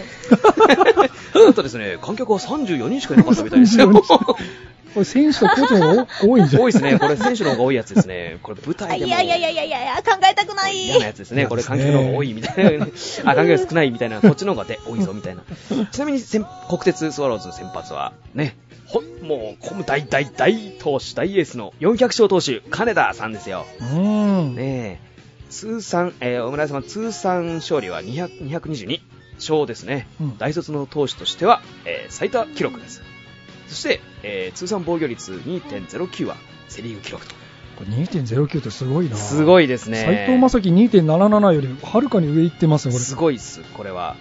ム。
なんとですね、観客は34人しかいなかったみたいですよ。
34これ選手とコーチの方が多いんじゃない
多いですね。これ選手の方が多いやつですね。これ舞
あ
台
い
でも。
やいやいやいやいや、考えたくない。
嫌なやつですね。これ観客の方が多いみたいな。あ、観客が少ないみたいな。こっちの方がで多いぞみたいな。ちなみに先、国鉄スワローズの先発は、ね、ほん、もう、この大大大投手、大エースの400勝投手、金田さんですよ。
うん。
ねえ。通算、えー、お村井様通算勝利は200 222勝ですね。
うん
大卒の投手としては、えー最多記録です。そして、えー通算防御率2.09はセリーグ記録と。
これ2.09ってすごいな。
す
い。
ごいですね。
斎藤正樹2.77よりはるかに上行ってますね、これ。
すごいっす、これは。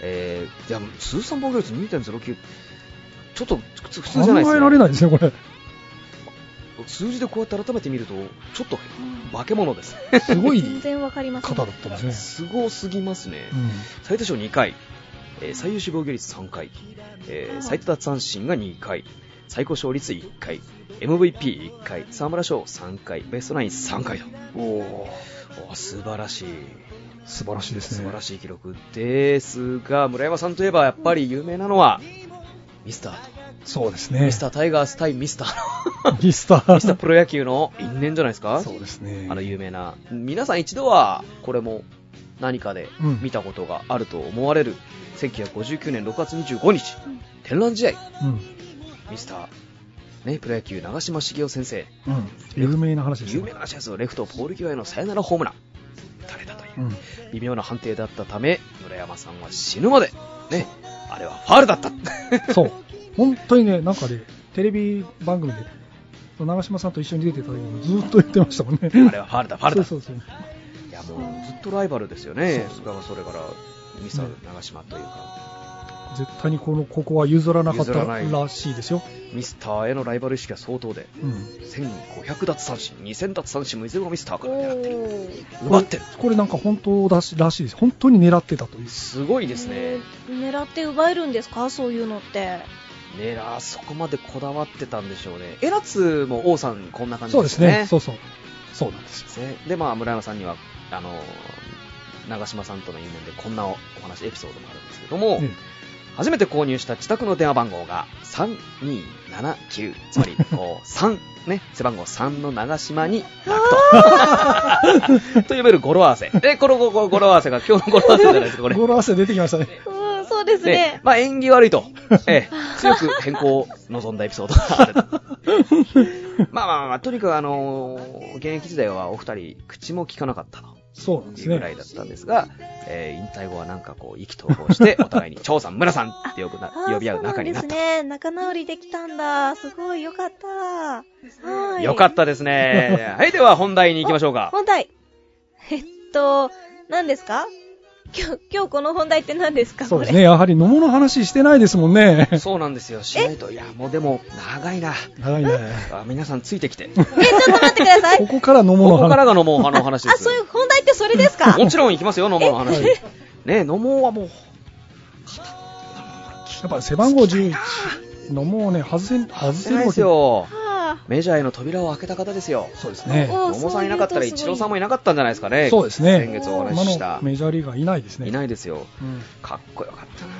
えー、じゃあ、通算防御率2.09、ちょっと普通じゃないです
考えられ
い
ないですね、これ。
数字でこうやって改めて見ると、ちょっと化け 物です。
すごい
全然わかりませ
方
ん。
だったんですね。
すごすぎますね。
うん
最多勝2回、えー最優秀防御率3回、えー最多奪三振が2回、最高勝率1回、MVP1 回、沢村賞3回、ベストナイン3回と。おー素晴らしい。
素晴らしいです
素晴
ね
ら。しい記録ですが、村山さんといえばやっぱり有名なのは、ミスターと、
そうですね。
ミスタータイガース対ミスターの
ミスター。
ミスタープロ野球の因縁じゃないですか
そうですね。
あの有名な。皆さん一度は、これも何かで
うん
見たことがあると思われる、1959年6月25日、天覧試合、
うん。
ミスター、ね、プロ野球長嶋茂雄先生、
うん。有名な話です
有
よ
名
ね。
なシャツをレフトポール際へのサヨナラホームラン、打たれたという。
うん。
微妙な判定だったため村山さんは死ぬまでねあれはファールだった
そう。本当にね、なんかね、テレビ番組で、長嶋さんと一緒に出てた時にずっと言ってましたもんね。
あれはファールだファールだ
そうそうそう。
いやもうずっとライバルですよね
そう
それからそれからミサ
うん
長島というか、
絶対にこの、ここは譲らなかった
譲らない
らしいですよ。
ミスターへのライバル意識は相当で
うん。
1500奪三振2000奪三振もいずれもミスターから狙ってる
お
奪ってる
これなんか本当だしらしいです。本当に狙ってたという。
すごいですね
狙って奪えるんですかそういうのって。
ねえあそこまでこだわってたんでしょうねエラツも王さんこんな感じ
そう
で
ですす
よ
ね。
ね
そうそう。そうなんですよ。
ねでまあ村山さんにはあの長嶋さんとの因縁でこんなお話エピソードもあるんですけども、
ね
初めて購入した自宅の電話番号が3279つま りこう3ね背番号3の長島に 泣くとと呼べる語呂合わせでこの語語呂合わせが今日の語呂合わせじゃないです かこれ
語呂合わせ出てきましたね。
うん、そうです
で
ね。
まあ縁起悪いと、ええ、強く変更を望んだエピソードがあるとまあまあまあとにかくあのー現役時代はお二人口も聞かなかったと
そうなん
っ
で
て
す
いうぐらい
ね。
だったんですが、えー引退後はなんかこう、意気投合して、お互いに、長さん、村さんって呼ぶな
あー
呼び合う仲になっ
そう
た。
んですね。仲直りできたんだ。すごい、よかった。はい。
よかったですね。 はい、では本題に行きましょうか。
本題。えっと、何ですか今日、今日この本題って何ですか
そうですね。やはり飲もの話してないですもんね。
そうなんですよ。しないと。いや、もうでも、長いな。
長いね。
あ皆さんついてき て。
これえ、ちょっと待ってください。
ここから飲も
こ
の
こから
話。
が飲もうの話で
あ、
す
そうい。う本題ってそれですか
もちろん行きますよ、飲もうの話
は。
ね、飲もうはもう、
やっぱ背番号11。飲もうね、外せん、外
外
せ
せ
る
ないで
わ
す
け
よ。
は
メジャーへの扉を開けた方ですよ。
そうですね。
お
野茂さんいなかったら、イチローさんもいなかったんじゃないですかね。
そうですね。
先月お話しした
今の。メジャーリーガーいないですね。
い
い。
ないですよ。
うん。
かっこよかったな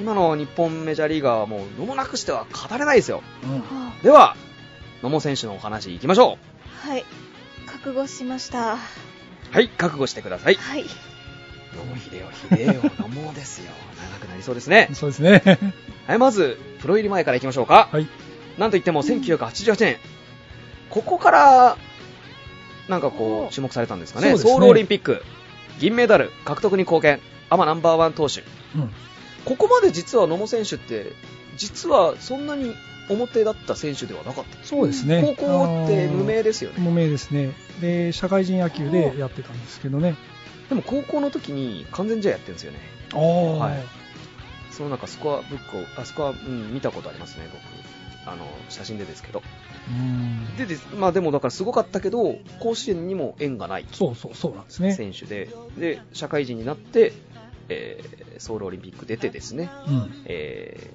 今の日本メジャーリーガーはもう野茂なくしては語れないですよ
うん
あ。は
では野茂選手のお話いきましょ
あはい。覚悟しました。
うはい覚悟してください
はい。
野茂秀夫秀 夫野茂ですよ長くなりそうですね
そうですね。
はいまずプロ入り前からいきましょうか、
はい。
なんといっても1988年ここからなんかこう注目されたんですかね
そうですね
ソウルオリンピック銀メダル獲得に貢献アマナンバーワン投手
うん。
ここまで実は野茂選手って実はそんなに表だった選手ではなかった
そうですね。
高校って無名
で
ですよね
無名ですね。で、社会人野球でやってたんですけどね。
でも高校の時に完全試合やってるんですよね
ああ。
はいその中スコアブックをあスコア、うん、見たことありますね僕あの写真でですけど
うん。
でですまあでもだからすごかったけど甲子園にも縁がない
そうそう、そうなんですね。
選手でで社会人になって、えーソウルオリンピック出てですね、
うん。
え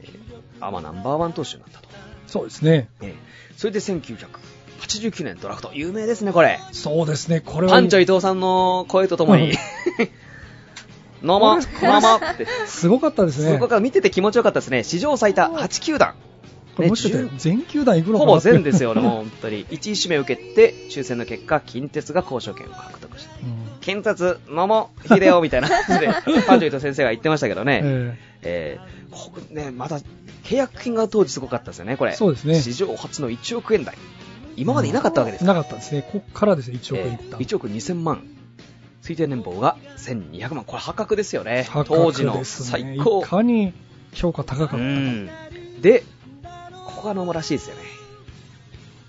ー、アマナンバーワン投手になったと、
そうですね。
えーそれで1989年ドラフト有名ですねこれ
そうですね。これは。
パンチョ伊藤さんの声とともに
うん
「のものも」って
すごかったです
そ
ね。
こから見てて気持ちよかったですね、史上最多8球団、
これもしかして
ね
全球団行くの
ほ
かな
ぼ
って
全ですよ、ね、もう本当に、1位指名を受けて、抽選の結果、近鉄が交渉権を獲得した、
うん
近鉄、野茂、秀夫みたいな感じ で、パンジョイト先生が言ってましたけどね、え
え
ーここねまた契約金が当時すごかったですよね、これ、
そうですね
史上初の1億円台、今までいなかったわけです
え
から
なかったですね。ここからですね、1億円いった。
えー1億2000万推定年俸が1200万これ破格ですよね
破格
当時の
ですね
最高
いかに評価高かった
う
か。
んでここが野茂らしいですよね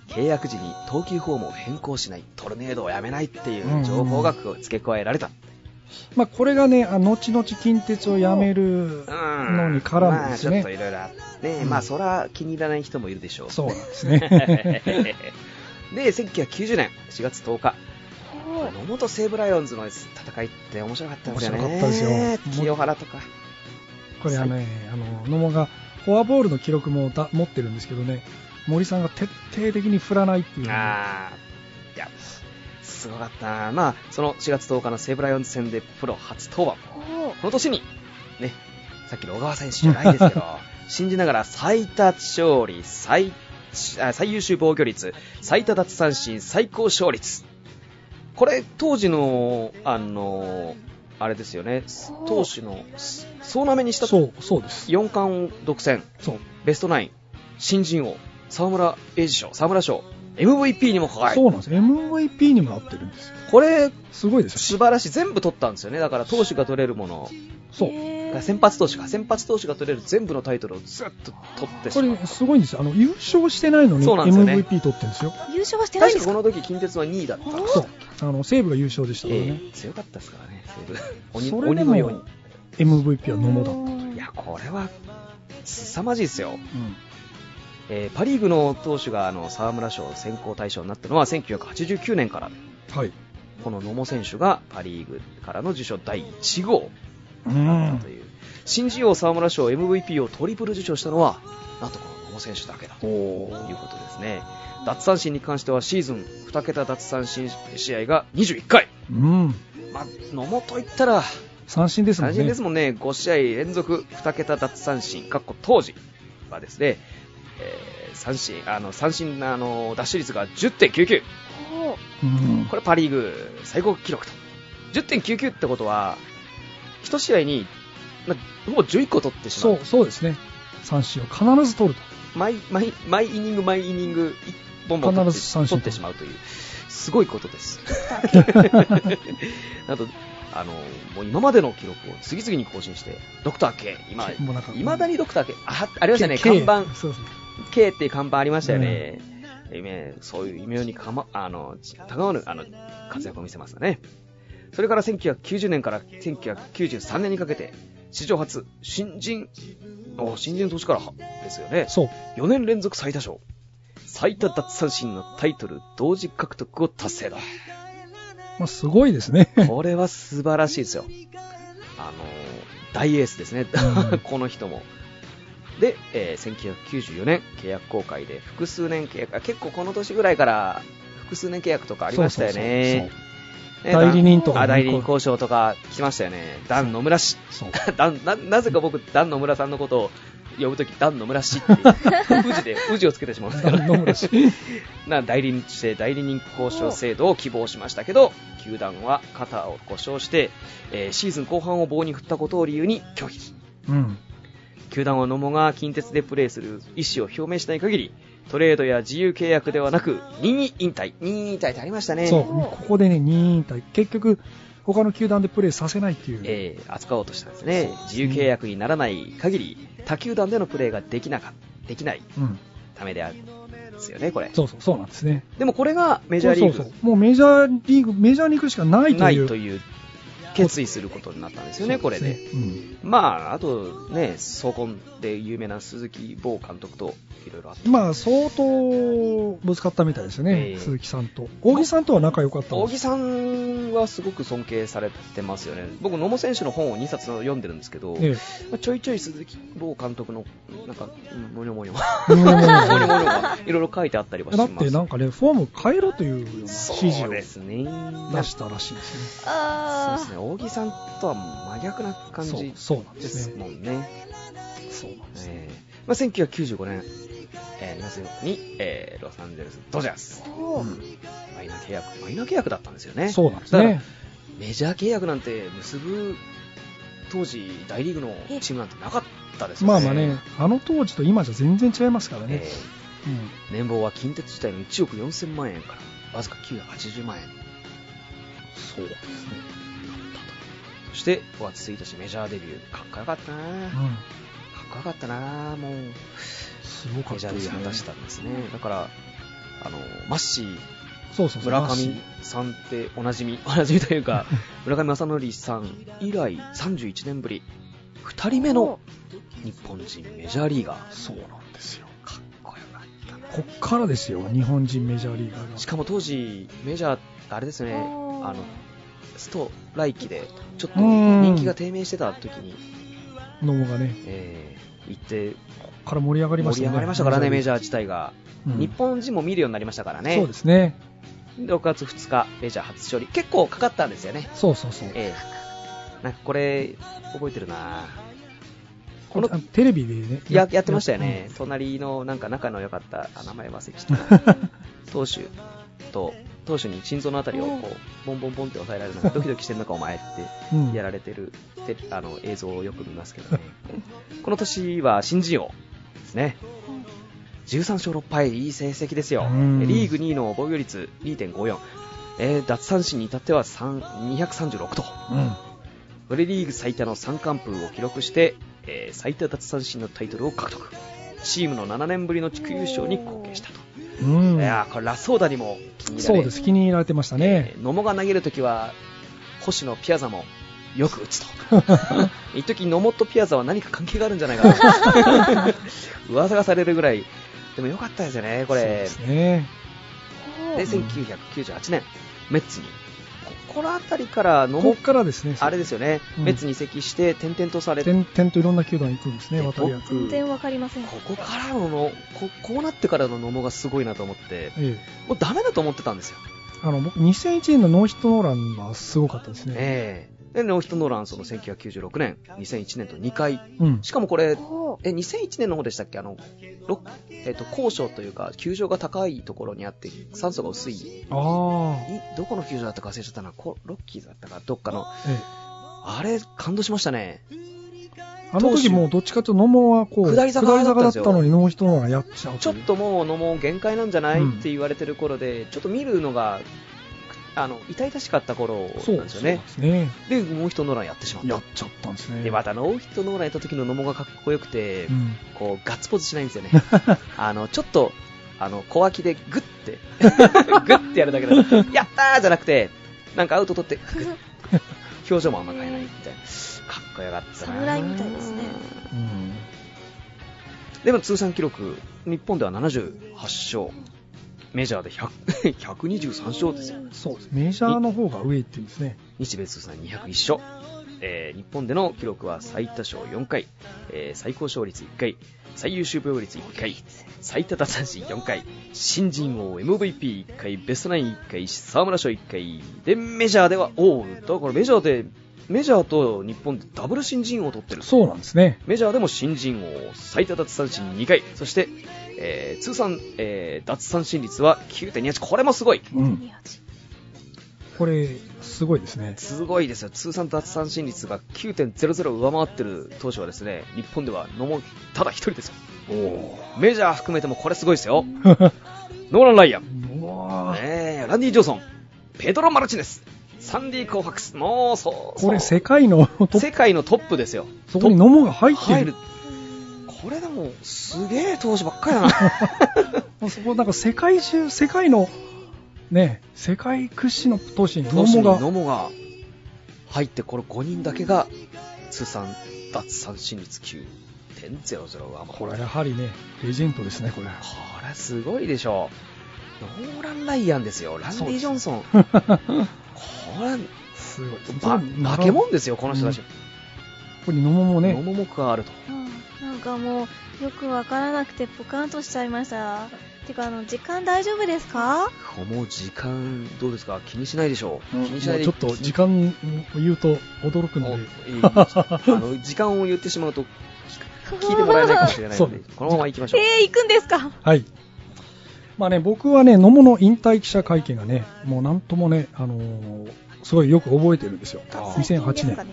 契約時に投球フォームを変更しないトルネードをやめないっていう情報が付け加えられた、
まあ、これがね、あ後々近鉄を辞める
うん
のに絡むんです
まあ、ちょ
ね
っと。いろいろあって、ね
うん
まあそら気に入らない人もいるでしょう
そうなんです
で
ね。
1990年4月10日野茂と西武ライオンズの戦いって面白かったですよね
面白かったですよ
清原とか
これあのね、あの、野茂がフォアボールの記録もだ持ってるんですけどね、森さんが徹底的に振らないっていう、
あーいや、すごかったな、まあ、その4月10日の西武ライオンズ戦でプロ初登板、
お
この年に、ね、さっきの小川選手じゃない ですけど、信じながら最多勝利、最あ最優秀防御率、最多奪三振、最高勝率。これ、当時の、あの、あれですよね、投手の、総なめにした
そうそうです、
4冠を独占。
そう
ベストナイン、新人王、沢村栄治賞、沢村賞、MVP にも輝
そ
いう
なんです、MVP にもなってるんですよ、
これ、
すごいです
素
よ、
晴らしい、全部取ったんですよね、だから投手が取れるもの、
そう、
先発投手か、先発投手が取れる全部のタイトルをずっと取ってし
こ
ま
れ
った、
すごいんですよ、あの優勝してないのに
そうなんですよね
MVP 取ってるんですよ、
優勝はしてないん
確
です
かこ
か
の時近鉄は2位だったんでし
そ
た
うあの西武が優勝でしたから
え
ね、
え強かったですからね、西武
そ
鬼
れで
鬼のよう
も
に。
MVP は野茂だったという、
いや、これは凄まじいですよ。
うん
えーパ・リーグの投手があの沢村賞選考対象になったのは1989年から
はい、
この野茂選手がパ・リーグからの受賞第1号
うん
という、新人王沢村賞 MVP をトリプル受賞したのはなんとこの野茂選手だけだということですね奪三振に関してはシーズン2桁奪三振試合が21回、
うん、
まあ、野茂といったら
三振ですもん
三
ね。
振ですもんね5試合連続2桁奪三振かっこ当時はですね、えー三振あの三振あの奪取率が10.99
お
うん
これパ・リーグ最高記録と10.99ってことは1試合に、まあ、ほぼ11個取ってしま
そううそうですね、三振を必ず取る
毎毎毎イニング毎イニング一本も取っ
必ず三
て
振
取ってしまうというすごいことです あとあのもう今までの記録を次々に更新してドクター K 今
と、もうなんか
いまだにドクター K ああり
あ
ましたね看板
そうです
K っていう看板ありましたよね、えーそういう異名にかま、あの、たがわぬ、あの、活躍を見せましたね。それから1990年から1993年にかけて、史上初、新人、お新人の年からはですよね。
そう
4年連続最多勝、最多奪三振のタイトル同時獲得を達 成だ。
まあ、すごいですね、
これは素晴らしいですよ。あの、大エースですね
うん。
この人も。で、えー1994年契約更改で複数年契約、あ結構この年ぐらいから複数年契約とかありましたよね。
そうそうそうそう代理人とか
あ代理人交渉とか来ましたよね。ダン野村氏。
そうそう
ダンななぜか僕、ダン野村さんのことを呼ぶとき、ダン野村氏って いう、 富士で、富士をつけてしまうんですけ
そう
ど、
野村氏
な代理人として代理人交渉制度を希望しましたけど球団は肩を故障して、えーシーズン後半を棒に振ったことを理由に拒否
うん
球団は野茂が近鉄でプレーする意思を表明しない限りトレードや自由契約ではなく任意引退任意引退ってありましたね
そうここでね、任意退結局、他の球団でプレーさせないっていう、
えー扱おうとしたんですね自由契約にならない限り他球団でのプレーができなかできない
うん、
ためであるんですよねこれ
そうそうそうなんですね、
でもこれがメジャーリーグ
そうそうそうもうメジャーリーグ、メジャーに行くしかないと
ない
いう、
という決意することになったんですよね、これで。
うん
まあ、あとね、総コンで有名な鈴木某監督といろいろあって、
まあ相当ぶつかったみたいですよね、
ええ
鈴木さんと、大木さんとは仲良かったん
青
です
木さんはすごく尊敬されてますよね、僕、野茂選手の本を2冊読んでるんですけど、
ええ
まあちょいちょい鈴木某監督の、なんか、うんもにょもにょ、も
うん
にょもにょがいろいろ書いてあったりはし
だ
ま
っ
す。
てなんかね、フォーム変えろというような指示
そう
を
で
出
すね。
したらしいですね。
そう
あ
ですね。大木さんとは真逆な感
そ
じ
うそうなんで
です
す
も
ね。
んね。
そうなんですね。
えーまあ、1995年、えー、夏に、えーロサンゼルス・ドジャース、マイナー契約、マイナー契約だったんですよね、
そうなんですね。
メジャー契約なんて結ぶ当時、大リーグのチームなんてなかったですよね、
まあまあね、あの当時と今じゃ全然違いますからね。
え
うん
ー年俸は近鉄自体の1億4000万円からわずか980万円、そうですね、そして5月1日、メジャーデビュー、かっこよかったな、かっ
うん
こよかったな、もう。
すごか
メ
っ
ジャ
た
ーデ
で
ビ
す
ュー果たした
ね。
んですね。だから、あの、マッシー、
そうそうそう。
村
マッシ
上
ー
さんっておなじみ、おなじみとい うか、村上正則さん以来31年ぶり、2人目の日本人メジャーリーガー。
そうなんですよ。
かっこよかったな
こっからですよ、日本人メジャーリーガーが。
しかも当時、メジャー、あれですね、
おー
あの、ストライキで、ちょっと
うん
人気が低迷してた時に、
野茂がね、
え行って
ここから盛り上がりまし
盛
たね。
り上がりましたからね、メ
ジ
ジャー自体が。
ャー
日本人も見るようになりましたから
うんそう
ね
で。すね。
6月2日、メジャー初勝利。結構かかったんですよね。
そうそうそう。
ええ。なんかこれ、覚えてるなこの
あテレビでね。
ややってましたよね。。隣の、なんか仲の良かった、あ名前忘れちゃ った。投手と、投手に心臓のあたりをこう、ボンボンボンって押さえられるのがドキドキしてるのかお前っ
うんうん
てやられてる、てあの映像をよく見ますけどね。 この年は新人王ですね。13勝6敗、いい成績ですよ。
うん
リーグ2位の防御率2.54。えー奪三振に至っては3 236と。
うん。
これリーグ最多の三冠封を記録して、えー最多奪三振のタイトルを獲得チームの7年ぶりの地区優勝に貢献したと、
うん
いやーこれラソーダにも気に入られ
そうです、気に入られてましたね
え。ー野茂が投げるときは星野ピアザもよく 打つと一時野茂とピアザは何か関係があるんじゃないかな 噂がされるぐらいでも良かったですよねこ
そうで
れ
すね。
で1998年メッツにここの辺りから野
ここ
茂
からですね、
あれですよね、
うん
メッツに移籍して転々とされて
点々といろんな球団行くんですね、
で
渡り役。
全然わかりません。
ここからののこ、こうなってからの野茂がすごいなと思って、
ええ
もうダメだと思ってたんですよ。
あの僕、2001年のノーヒットノーランはすごかったですね。
ええで、ノーヒットノーラン、その1996年、2001年と2回。
うん。
しかもこれ、
ほ
え、2001年の方でしたっけあの、ろえっ、と、高所というか、球場が高いところにあって、酸素が薄い。い
あ
どこの球場だったか忘れちゃったな。こロッキーズだったか、どっかの
あ。。ええ
あれ、感動しましたね。
あの時もうどっちかというと野茂はこう、
下り坂だったんですよ
のにノーヒットノーランやっちゃう
ちょっ
いう
ともう野茂限界なんじゃない、
うん
って言われてる頃で、ちょっと見るのが、あの、痛々しかった頃なんです
そう
よ
で
ね。
すね。ね
で、ノーヒットノーランやってしまった
やっ。ちゃったんですね。
で、またノーヒットノーランやった時の野茂がかっこよくて
う、ん。
こう、ガッツポーズしないんですよね。あの、ちょっと、あの、小脇でグッて、 グッてやるだけ だと、やったーじゃなくて、なんかアウト取って、グッ表情もあんま変えないみたいな。かっこよかったな。
侍みたいですね。
うん。
でも通算記録、日本では78勝、メジャーで100 123勝ですよ。
そうです。メジャーの方が上行ってるんですね。
日米通算201勝、えー日本での記録は最多勝4回、えー最高勝率1回最優秀防御率1回最多奪三振4回新人王 MVP1 回ベストナイン1回沢村賞1回でメジャーではおうだからメジャーでメジャーと日本でダブル新人王を取ってる
そうなんですね。
メジャーでも新人王最多奪三振2回そして、えー通算、えー奪三振率は9.28これもすごい
うん。これ、すごいですね。
すごいですよ、通算奪三振率が9.00上回ってる投手はですね、日本では野茂ただ一人ですよ。メジャー含めてもこれすごいですよ。ノーラン・ライアン、ね
うわー
えランディ・ジョンソン、ペドロ・マルチネス、サンディ・コーファックス、もうそうそう
これ世界のトップ、
世界のトップですよ。
そこに野茂が入って
入
る
る。。これでも、すげえ投手ばっかり だな。
もうそこなんか世界中、世界の、ね、世界屈指の投手に野
投手
茂
に
が
野茂が入って、この5人だけが通算奪三振率9.00上回って
こ
る
れはやはりね、レジェンドですね、これ。
これすごいでしょう。ノーラン・ライアンですよ。ランディ・ジョ ンソン。これ、
すごい。
ば、化け物ですよ、この人たち
うん。ここに野茂も
ね、
ね
野、茂も加わると。
ううんなんかもう、よくわからなくてポカンとしちゃいました。てか、あの、時間大丈夫ですか
この時間、どうですか気にしないでしょう。気にし
も
ないうで
ちょっと時間を言うと驚く
お
ので、
いいあの、時間を言ってしまうと、聞いてもらえないかもしれないので
そう、
このまま行きましょ う。
えー、行くんですか
はい。まあね、僕はね、野茂の引退記者会見がね、もうなんともね、あのーすごいよく覚えてるんですよ。
あー
最近
2008
ですかね
年。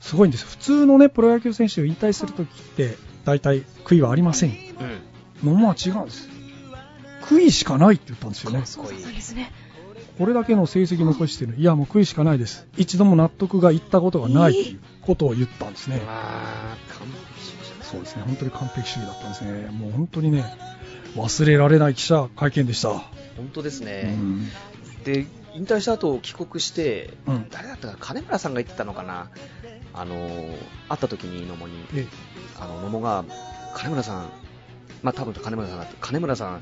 すごいんですよ。普通のね、プロ野球選手を引退するときって、大体悔いはありません。
うん。
野茂は違うんです。悔いしかないって言ったんですよ
か
ね
っ。
そう
こいい
そう。ですね。
これだけの成績残してる。いや、もう悔いしかないです。一度も納得がいったことがないっていうことを言ったんですね。
あー、完璧しましたね
そうですね、本当に完璧主義だったんですね。もう本当にね、忘れられない記者会見でした。
本当です
う
ね。
ん。
で引退した後帰国して、
うん
誰だったか金村さんが言ってたのかなあのー会った時に野茂に
え、
あの野茂が金村さんまあ多分金村さんだって金村さん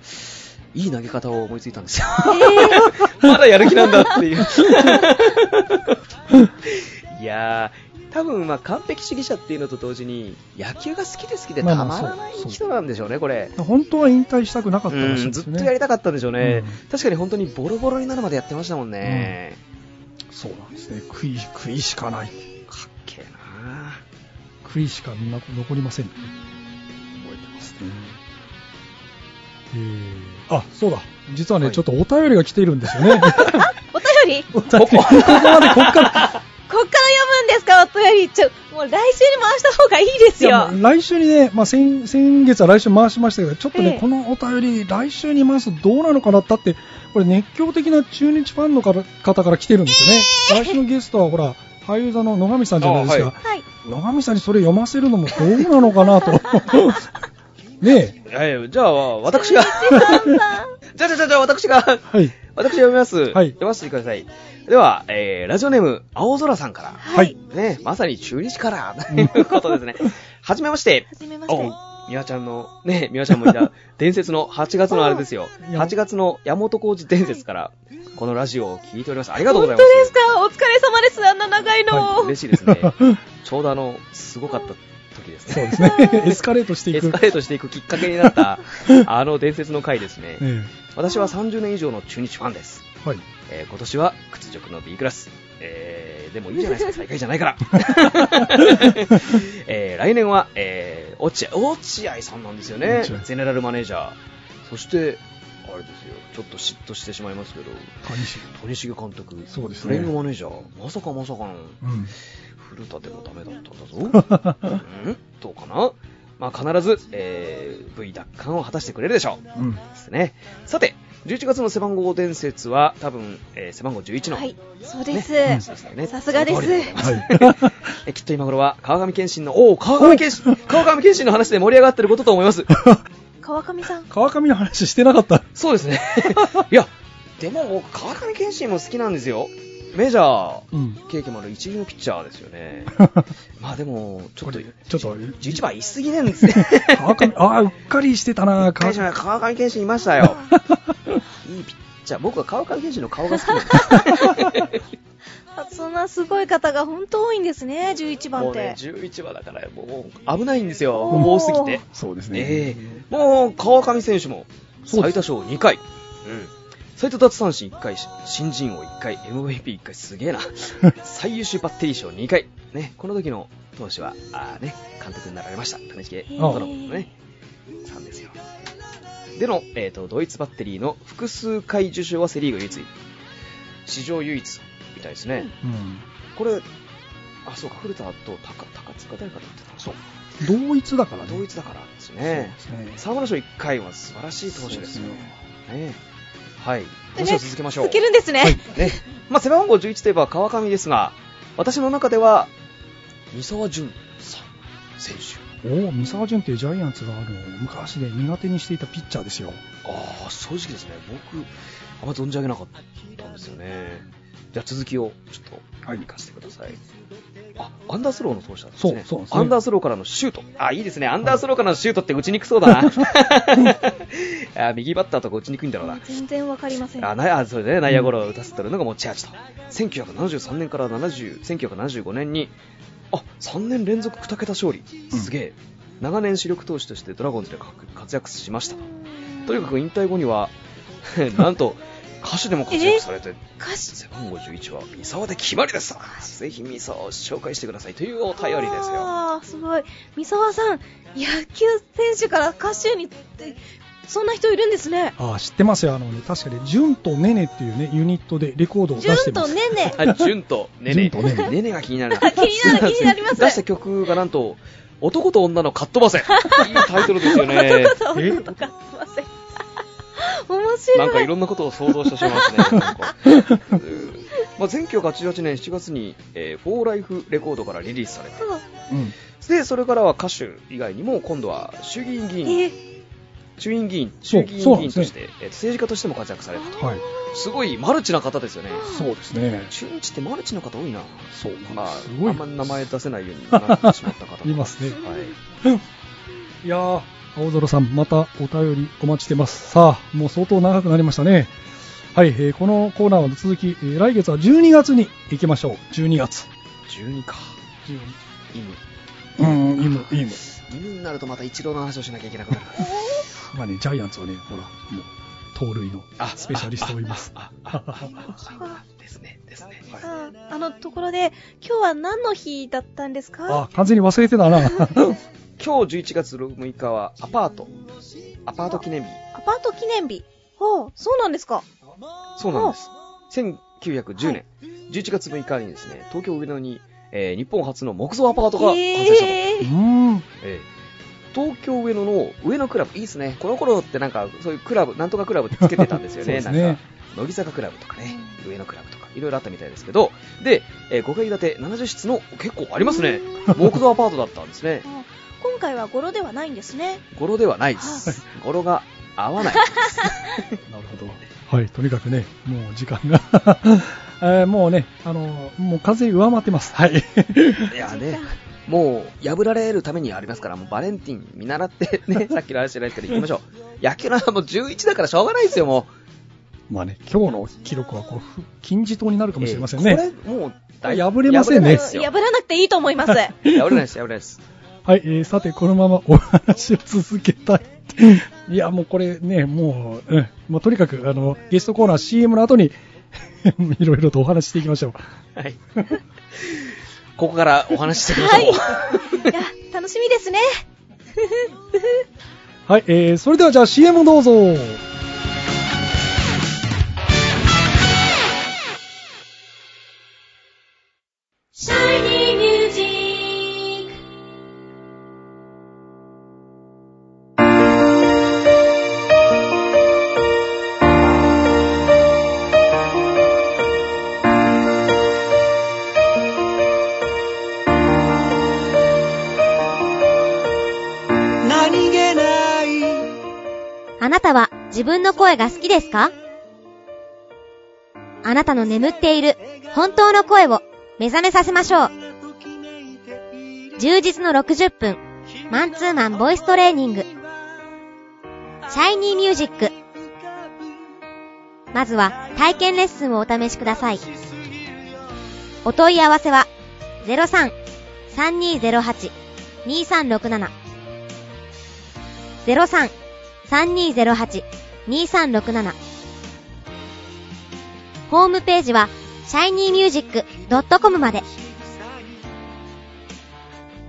いい投げ方を思いついたんですよ、 まだやる気なんだっていういやー多分まあ完璧主義者っていうのと同時に野球が好きで好きで
まあ
た
まあ
まらない
そうそう
人なんでしょうね、これ。
本当は引退したくなかったらしい
うん
んで
ず
す
っと
ね。
やりたかったんでしょうね、
う
確かに本当にボロボロになるまでやってましたもんね、
そうなんですね。悔い、悔いしかない。
かっけえな
悔いしかな残りませんね。覚えてますね。えー、あ、そうだ。実はね、
はい
ちょっとお便りが来ているんですよね。
お便り
お便り、ここまで、こっから。
こっから読むんですかお便りちょ、もう来週に回した方がいいです
い
よ。
やもう来週にね、まあ、先先月は来週回しましたけど、ちょっとね、
ええ
このお便り、来週に回すとどうなのかなだって、これ熱狂的な中日ファンのから方から来てるんですよね。来週のゲストは、ほら、俳優座の野上さんじゃないですか。
あは
はい。
野上さんにそれ読ませるのもどうなのかな と。ね
いやいやじゃあ、私が、
さんさん。
じゃあじゃあじゃあ私が
え。、はい。
私読みます、
はい
読ませてください。では、えー、ラジオネーム、青空さんから。
はい。
ね、まさに中日から、ということですね。はじめまして。
はじめまして。
おみわちゃんの、ね、みわちゃんもい た、伝説の8月のあれですよ。
や
8月の山本浩二伝説から、このラジオを聞いております。ありがとうご
本
ざ
当
い
で
ます。
すかお疲れ様です。あんな長いの。
嬉しいです ね。ちょうどあの、すごかった時です
そう
ね。
ですね。エスカレートしてい
エ
く。
スカレートしていくきっかけに なった、あの伝説の回ですね。
え
私は30年以上の中日ファンです。
えはい。
えー今年は屈辱の B クラス。えーでもいいじゃないですか、最下位じゃな いから。えー来年は、えー落合、落合さんなんですよね
落合。
ゼネラルマネージャー。そして、あれですよ、ちょっと嫉妬してしまいますけど、
谷氏。
鳥重監督、
そうですね
プレイングマネージャー、まさかまさかの、
うん。
古田でもダメだった んだぞ。うんどうかなまあ必ず、えー V 奪還を果たしてくれるでしょう。
うん。
ですね。さて、11月の背番号伝説は、多分、えー背番号11の、
はい、そうです。
ね
そうしたよね
さすがです
その通りございます
はい。
えきっと今頃は、川上健信の、おお、川上健信、川上健信の話で盛り上がってることと思います。
川上さん。
川上の話してなかった。
そうですね。 いや、でも僕、川上健信も好きなんですよ。メジャー
うん。
経験もある一流のピッチャーです よね。まあでも、ちょっと、
ちょっと、
11番いすぎなんですね。
川上、ああ、うっかりしてたな、川
会社
上。
は川上健信いました よ。いいピッチャー。僕は川上健信の顔が好きなんで
あそんなすごい方が本当多いんですね、11番
も
っ
うね
て、。
11話だから、もう危ないんですよ。
おー
多すぎて。
そうです
ええもう川上選手も
そうで
最
す
多勝2回。うん。最多奪三振1回、新人王1回、MVP1 回、す げえな。最優秀バッテリー賞2回。ね、この時の投手は、あーね、監督になられました。谷重元信のね、さんですよ。での、えーと、ドイツバッテリーの複数回受賞はセリーグ唯一。史上唯一、みたいですね。
うん。
これ、あ、そうか、古田と高高塚誰かだってたそう。
同一だからね。
同一だからですね。沢村賞1回は素晴らしい投手ですよ。
そう
ねはい。話を続けましょう。
続けるんですね。
ね。まあ、背番号11といえば川上ですが、私の中では、三沢淳さん選手。
おお、三沢淳っていうジャイアンツがあの昔ね、苦手にしていたピッチャーですよ。
ああ、正直ですね。僕、あんま存じ上げなかったんですよね。じゃあ続きをちょっと
はい
聞かせてください。あ、アンダースローの投手なんです
そう
ね。
そうですね
アンダースローからのシュート。あ、いいですね。アンダースローからのシュートって打ちにくそ う だな。あ右バッターとか打ちにくいんだろうな。
全然わかりません。
あ、なあそうだね、内野ゴロを打たせてるのが持ち味と。1973年から70 1975年に、あ、3年連続2桁勝利。すげえ。長年主力投手としてドラゴンズで活活躍しました。とにかく引退後には、 なんと、歌手でも活躍されて、
歌手
背番号11は三沢で決まりです。ぜひ三沢を紹介してくださいというお便りですよ。
あーすごい。三沢さん、野球選手から歌手にって、そんな人いるんですね。
ああ、知ってますよ。あのね、確かに、淳とねねっていうね、ユニットでレコードを
ジ
出
ュ
して
ン
ま
と
す。
ねね。
あ、純とね
純
ね。
とねね
ねねが気になるな。
あ気になる、気になります。
出した曲がなんと、男と女のカットバセ。いいタイトルですよね。
そう
え
なんとかすいません。面白い。
なんかいろんなことを想像してしまいますね。なんかうーまあ、1988年7月に、えー、フォーライフレコードからリリースされて、
そう
うん。
で、それからは歌手以外にも、今度は衆議院議員、
え
衆院議員、
そ
衆
う
議院
そう
議
なん
員
です
と
ね
して、えー政治家としても活躍されたと。
はい。
すごいマルチな方ですよね。
そうですね。
中日ってマルチな方多いな。
そうなんです。
まあ、
すご
あ
い
ん。まり名前出せないようになってしまった方
いますね。
はい。
いやー、青空さん、またお便りお待ちしてます。さあ、もう相当長くなりましたね。はい、えーこのコーナーの続き、えー来月は12月に行きましょう。12月。
12か。犬。
うん、イム、イム。
犬になるとまた一郎の話をしなきゃいけなくな る。
まあね、ジャイアンツはね、ほら、もう、盗塁の
あ
スペシャリストもい ます。
あああですね、ですね。
ああのところで、今日は何の日だったんですか
あ、完全に忘れてた な。
今日11月6日はアパート。アパート記念日。
アパート記念日。ほう、そうなんですか。
そうなんです。1910年、11月6日にですね、東京上野に、えー日本初の木造アパートが完成したと。
え
う
ー
ん。
ええ東京上野の上野クラブ、いいですね。この頃ってなんか、そういうクラブ、なんとかクラブってつけてたんですよ
そう
ね。
です
な
ね
んか、乃木坂クラブとかね、上野クラブとか、いろいろあったみたいですけど、で、えー5階建て70室の結構ありますね。 木造アパートだったんですね。
あ今回は語呂ではないんですね。
語呂ではないです。語呂が 合わない。
なるほど。
はい、とにかくね、もう時間が、 えーもうね、あのもう風上回ってます。はい。
いやね、もう破られるためにありますから、もうバレンティン見習って ね、さっきの話じゃないですけど、行きましょう。野球の話もう11だからしょうがないですよ、も う。
まあね、今日の記録はこうふ金字塔になるかもしれませんね。
えーこれ、もう大、
破れませんね
破れないですよ
破らなくていいと思います。
破れないです、破れないです。
はい、えーさて、このまま お話を続けたい。いや、もうこれね、もう、うん、もうとにかく、あの、ゲストコーナー CM の後に、 いろいろとお話ししていきましょう。
はい。 ここからお話ししていきましょう。
いや、楽しみですね。
はい、えーそれではじゃあ CM をどうぞ。
何気ない
あなたは自分の声が好きですかあなたの眠っている本当の声を目覚めさせましょう。充実の60分、マンツーマンボイストレーニング。シャイニーミュージック。まずは体験レッスンをお試しください。お問い合わせは03-3208-2367 03 3208-2367ホームページは shinymusic.com まで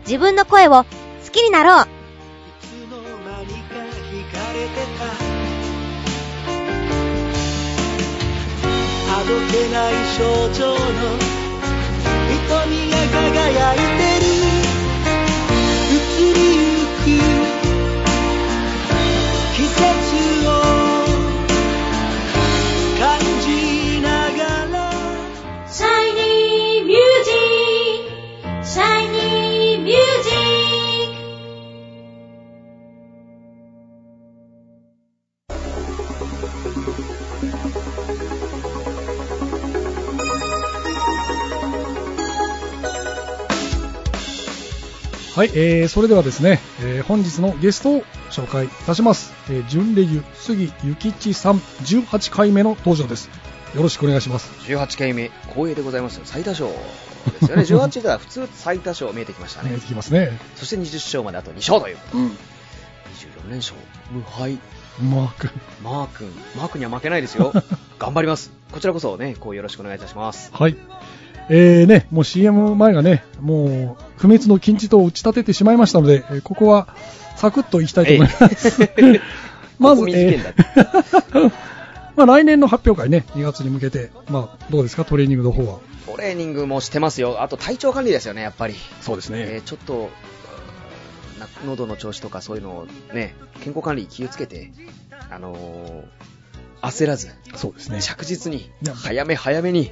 自分の声を好きになろう
いつの間にか惹かれてたあどけない象徴の瞳が輝いてる移りゆく季節を感じながら
Shiny Music! Shiny Music!
はい、えーそれではですね、えー本日のゲストを紹介いたします。えー、準レギュ杉ゆきちさん、18回目の登場です。よろしくお願いします。
18回目、光栄でございますよ。最多勝ですよ ね。18では普通最多勝見えてきました
見え
ね
て。きますね。
そして20勝まであと2勝ということで。
うん。
24連勝、無敗。
マーク。
マー君、マー君には負けないです よ。頑張ります。こちらこそね、こうよろしくお願いいたします。
はい。えーね、もう CM 前がね、もう不滅の金字塔を打ち立ててしまいましたので、えーここはサクッといきたいと思い ます。
ええ
まず、
ここ短いんだ
まあ来年の発表会ね、2月に向けて、まあどうですか、トレーニングの方は。
トレーニングもしてますよ。あと体調管理ですよね、やっぱり。
そうです
えー
ね。
ちょっと、うんな喉の調子とかそういうのをね、健康管理気をつけて、あのー焦らず、
そうですね
着実に
い、や
早め早 めに、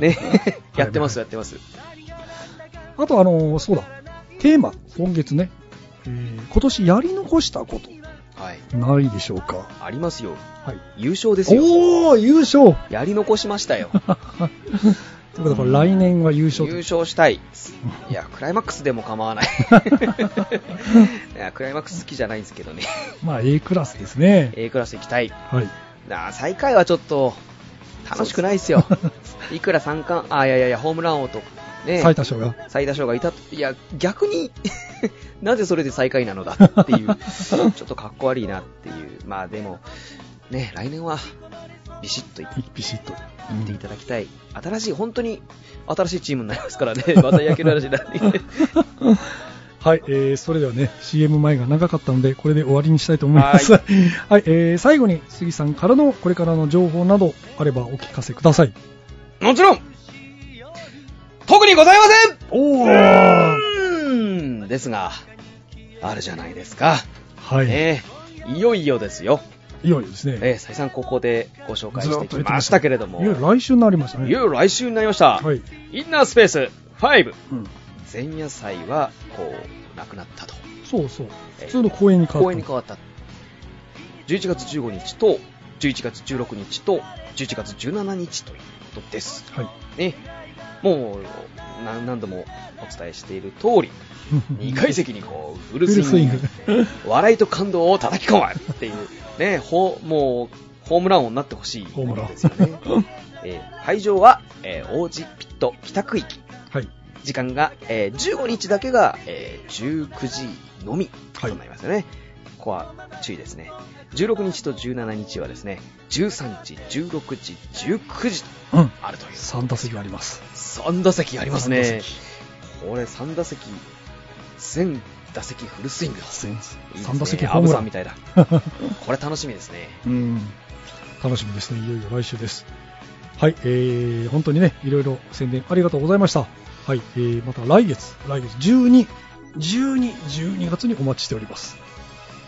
ね、 やってます、やってます。
あとあのーそうだ、テーマ、今月ね、えー今年やり残したこ
はい。
と、ないでしょうか。
ありますよ。
はい。
優勝ですよ。
おー、優勝
やり残しましたよ。
ということで、これ来年は優勝
優
と。
勝したい。いや、クライマックスでも構 わない。いや、クライマックス好きじゃないんですけどね。
まあ A クラスですね。
A クラス行きたい。
はい。
なあ、最下位はちょっと、楽しくないですよ。いくら三冠、あ、いやいやいや、ホームラン王と、ね、
最多勝が。
最多勝がいたと、いや、逆に、 なぜそれで最下位なのだって いう、ちょっとかっこ悪いなっていう、まあでも、ね、来年は、ビシッといっ
ビシッと。
ていただきたい、新しい、本当に新しいチームになりますから ね、また野球の話になってきて
はい、えー、それではね、CM 前が長かったので、これで終わりにしたいと思います。 はい、えー、最後に杉さんからのこれからの情報などあればお聞かせください。
もちろん、特にございません
おー
うーんですが、あるじゃないですか。
はい、
ねえいよいよですよ。
いよいよですね。
ええ再三ここでご紹介
ず
し
ー
て
っと
き
言って
ましたけれども、
いよいよ来週になりましたね。
いよいよ来週になりました。
はい。
インナースペース5。
うん
前夜祭は、こう、なくなったと。
そうそう。
ええ
普通の公演に変
公
わっ
園に
た。
変わった。11月15日と、11月16日と、11月17日ということです。
はい。
ね、もう、な何度もお伝えしている通り、2階席にこう、フルスイング
フルスイ ング。
笑いと感動を叩き込むっていう、ね、ほもう、ホームラン王になってほしい
ホームラン
ですよね。えー会場は、えー、王子ピット北区域。
はい。
時間が、えー15日だけが、えー19時のみとなりますよね。ここは注意ですね。16日と17日はですね、13時、16時、19時と
うん。
あるという。
3打席あります。
3打席あります
三打
ね。
席
これ3打席、全打席フルスイングだ。
全
いいですね
三打席ホームラ
アブさ
ン。
んみた いだ。これ楽しみですね。
うん。楽しみですね。いよいよ来週です。はい、えー、本当にね、いろいろ宣伝ありがとうございました。はい、えー、また来月、来月12、12、12月にお待ちしております。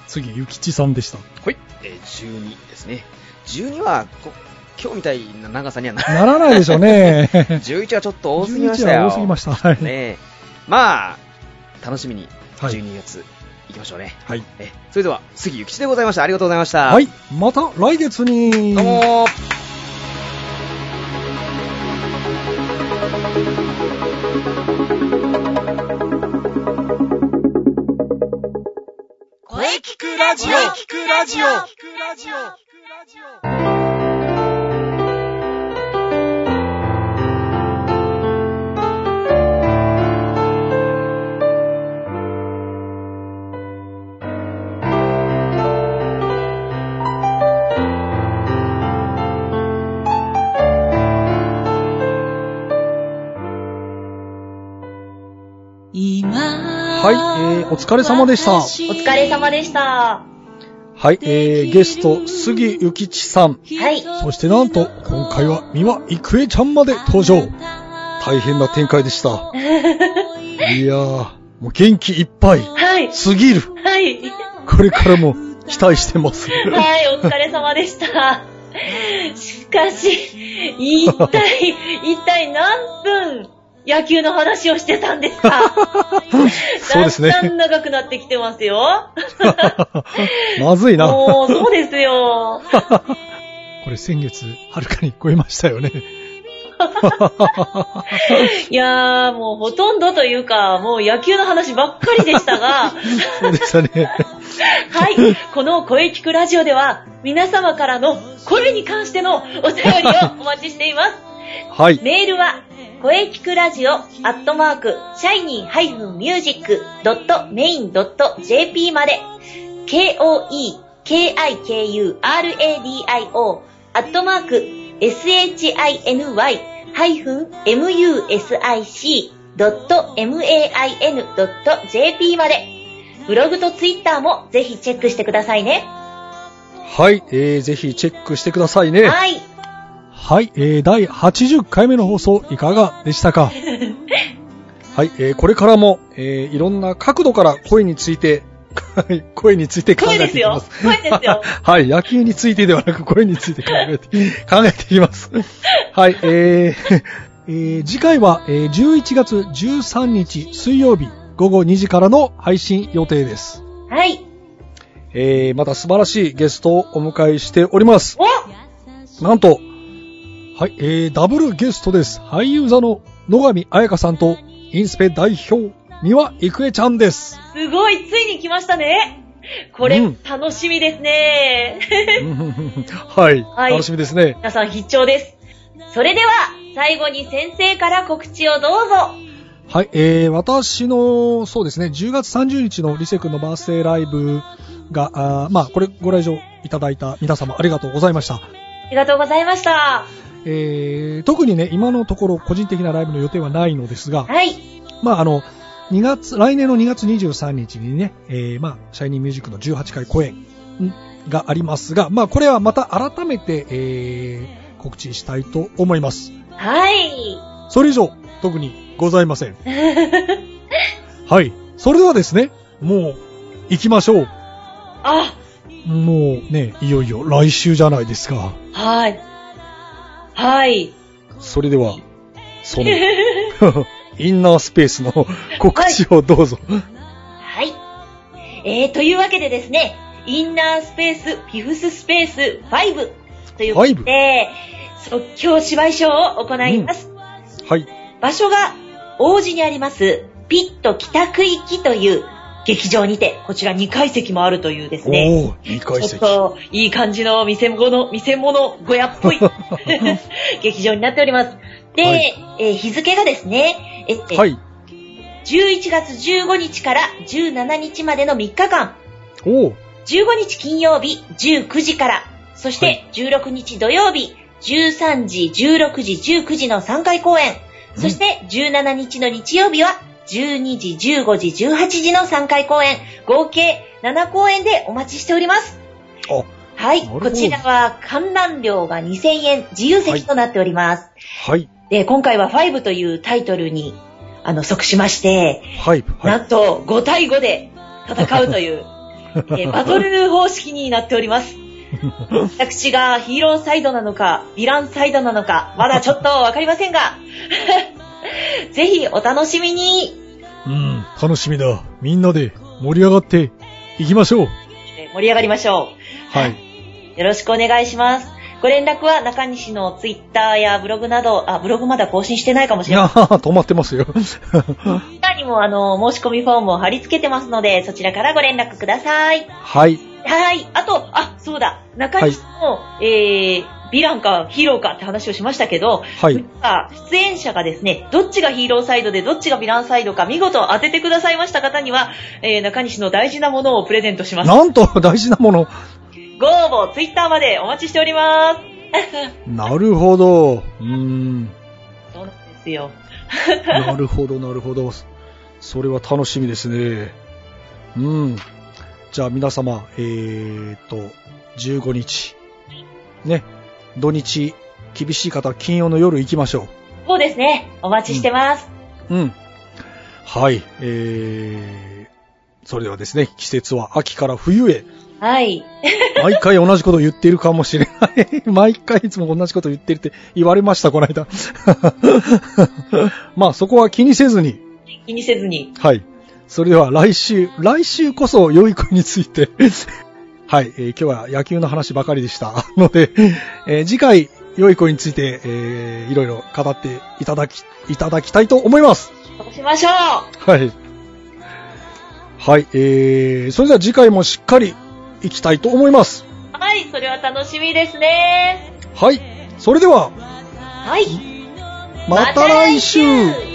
次、ゆきちさんでした。
はい。えー、12ですね。12はこ、今日みたいな長さにはな
ならないでしょうね。
11はちょっと 多すぎました
11
よ。
は多すぎました。はい。
ねえまあ、楽しみに、
はい
12月、行きましょうね。
はい。
え、それでは、杉ゆきちでございました。ありがとうございました。
はい、また来月に。
どうもー
声聞くラジオ聞くラジオ
はい、えー、お疲れ様でした。
お疲れ様でした。
はい、えー、ゲスト、杉ゆきちさん。
はい。
そしてなんと、今回は三輪郁恵ちゃんまで登場。大変な展開で した。いやー、もう元気いっぱい、
はい。
すぎる。
はい。
これからも期待してます。
はい、お疲れ様でした。しかし、一体、一体何分野球の話をしてたんですか
そうですね
だんだん長くなってきてますよ。
まずいな。
もう、
こ
そうですよ。
れ先月、はるかに超えましたよね。
いやー、もうほとんどというか、もう野球の話ばっかりでしたが、
そうでしたね。
はい。この声聞くラジオでは、皆様からの声に関してのお便りをお待ちしています。
はい。
メールは、声聞くラジオ、アットマーク、シャイニー -music.main.jp まで、k-o-e-k-i-k-u-r-a-d-i-o、アットマーク、shiny-music.main.jp まで、ブログとツイッターもぜひチェックしてくださいね。
はい、えー、ぜひチェックしてくださいね。
はい。
はい、えー、第80回目の放送いかがでした かはい、えー、これからも、えー、いろんな角度から声について、はい声について考
声
え
で
て
す
いきま
よ
す。。
声ですよ。
はい、野球についてではなく声について考 えて、考えていきます。はい、えー、えー次回は、えー11月13日水曜日午後2時からの配信予定です。
はい。
えー、また素晴らしいゲストをお迎えしております。
お
なんと、はい、えー、ダブルゲストです。俳優座の野上彩香さんと、インスペ代表、三輪郁恵ちゃんです。
すごい、ついに来ましたね。これ、
うん
楽しみですね。
はい、
はい
楽しみですね。
皆さん必聴です。それでは、最後に先生から告知をどうぞ。
はい、えー、私の、そうですね、10月30日のリセ君のバースデーライブが、あーまあ、これご来場いただいた皆様ありがとうございました。
ありがとうございました。
えー、特にね、今のところ個人的なライブの予定はないのですが、
はい。
まあ、あの、2月、来年の2月23日にね、えー、まあ、シャイニーミュージックの18回公演んがありますが、まあ、これはまた改めて、えー、告知したいと思います。
はい。
それ以上、特にございま せん。はい。それではですね、もう、行きましょう。
あ、
もうね、いよいよ来週じゃないですか。
はい。はい。
それでは、 その、インナースペースの告知をどうぞ。
はい。えー、というわけでですね、インナースペース、フィフススペース5ということで、即興芝居ショーを行います。
はい。
場所が王子にあります、ピット北区域という劇場にて、こちら2階席もあるというですね、
おお、2階
ちょっ
席。
と、いい感じの見せ物、見せ物小屋っぽい 劇場になっております。で、
はい
えー日付がですね、ええ
はい。
11月15日から17日までの3日間、
おお、
15日金曜日19時から、そし
は
て16日土曜日13時、16時、19時の3回公演、そして17日の日曜日は12時、15時、18時の3回公演、合計7公演でお待ちしております。
あ
はい、
なるほ
こ
ど
ちらは観覧料が2000円、自由席となっております。
はい。
で、今回は5というタイトルに、あの、即しまして、
はい。は
なんと5対5で戦う という、えーバトル方式になっております。私がヒーローサイドなのか、ヴィランサイドなのか、まだちょっとわかりませんが、 ぜひお楽しみに、
い。うん、楽しみだ。みんなで盛り上がっていきましょう。
えー盛り上がりましょ
はい。
う。よろしくお願いします。ご連絡は中西のツイッターやブログなど、あ、ブログまだ更新してないかもし
い
れない
やー、止まってますよ。
ツイッターにもあの、申し込みフォームを貼り付けてますので、そちらからご連絡ください。
はい。
はい。あと、あ、そうだ。中西の、えー、ヴィランかヒーローかって話をしましたけど、
はい。
あ出演者がですね、どっちがヒーローサイドでどっちがヴィランサイドか見事当ててくださいました方には、えー、中西の大事なものをプレゼントしま す。
なんと、大事なもの。
ご応募、ツイッターまでお待ちしております。
なるほど。うーん。
そうなんですよ。
なるほど、なるほど。それは楽しみですね。うん。じゃあ皆様、えー、っと、15日。ね。土日、厳しい方は金曜の夜行きましょ
そうですね。お待ちしてます。
う。うん。はい。えー、それではですね、季節は秋から冬へ。
はい。
毎回同じこと言ってるかもしれない。 毎回いつも同じこと言ってるって言われました、この間。 まあそこは気にせずに、
気にせずに。
はい。それでは来週、来週こそ良い子について。 はい、えー今日は野球の話ばかりでした。 ので、えー次回、良い子について、えーいろいろ語っていただき、いただきたいと思います。
そうしましょう。
はい。はい、えー、それでは次回もしっかり行きたいと思います。
はい。それは楽しみですね。
はい。それでは、
はい。
また来週
また来週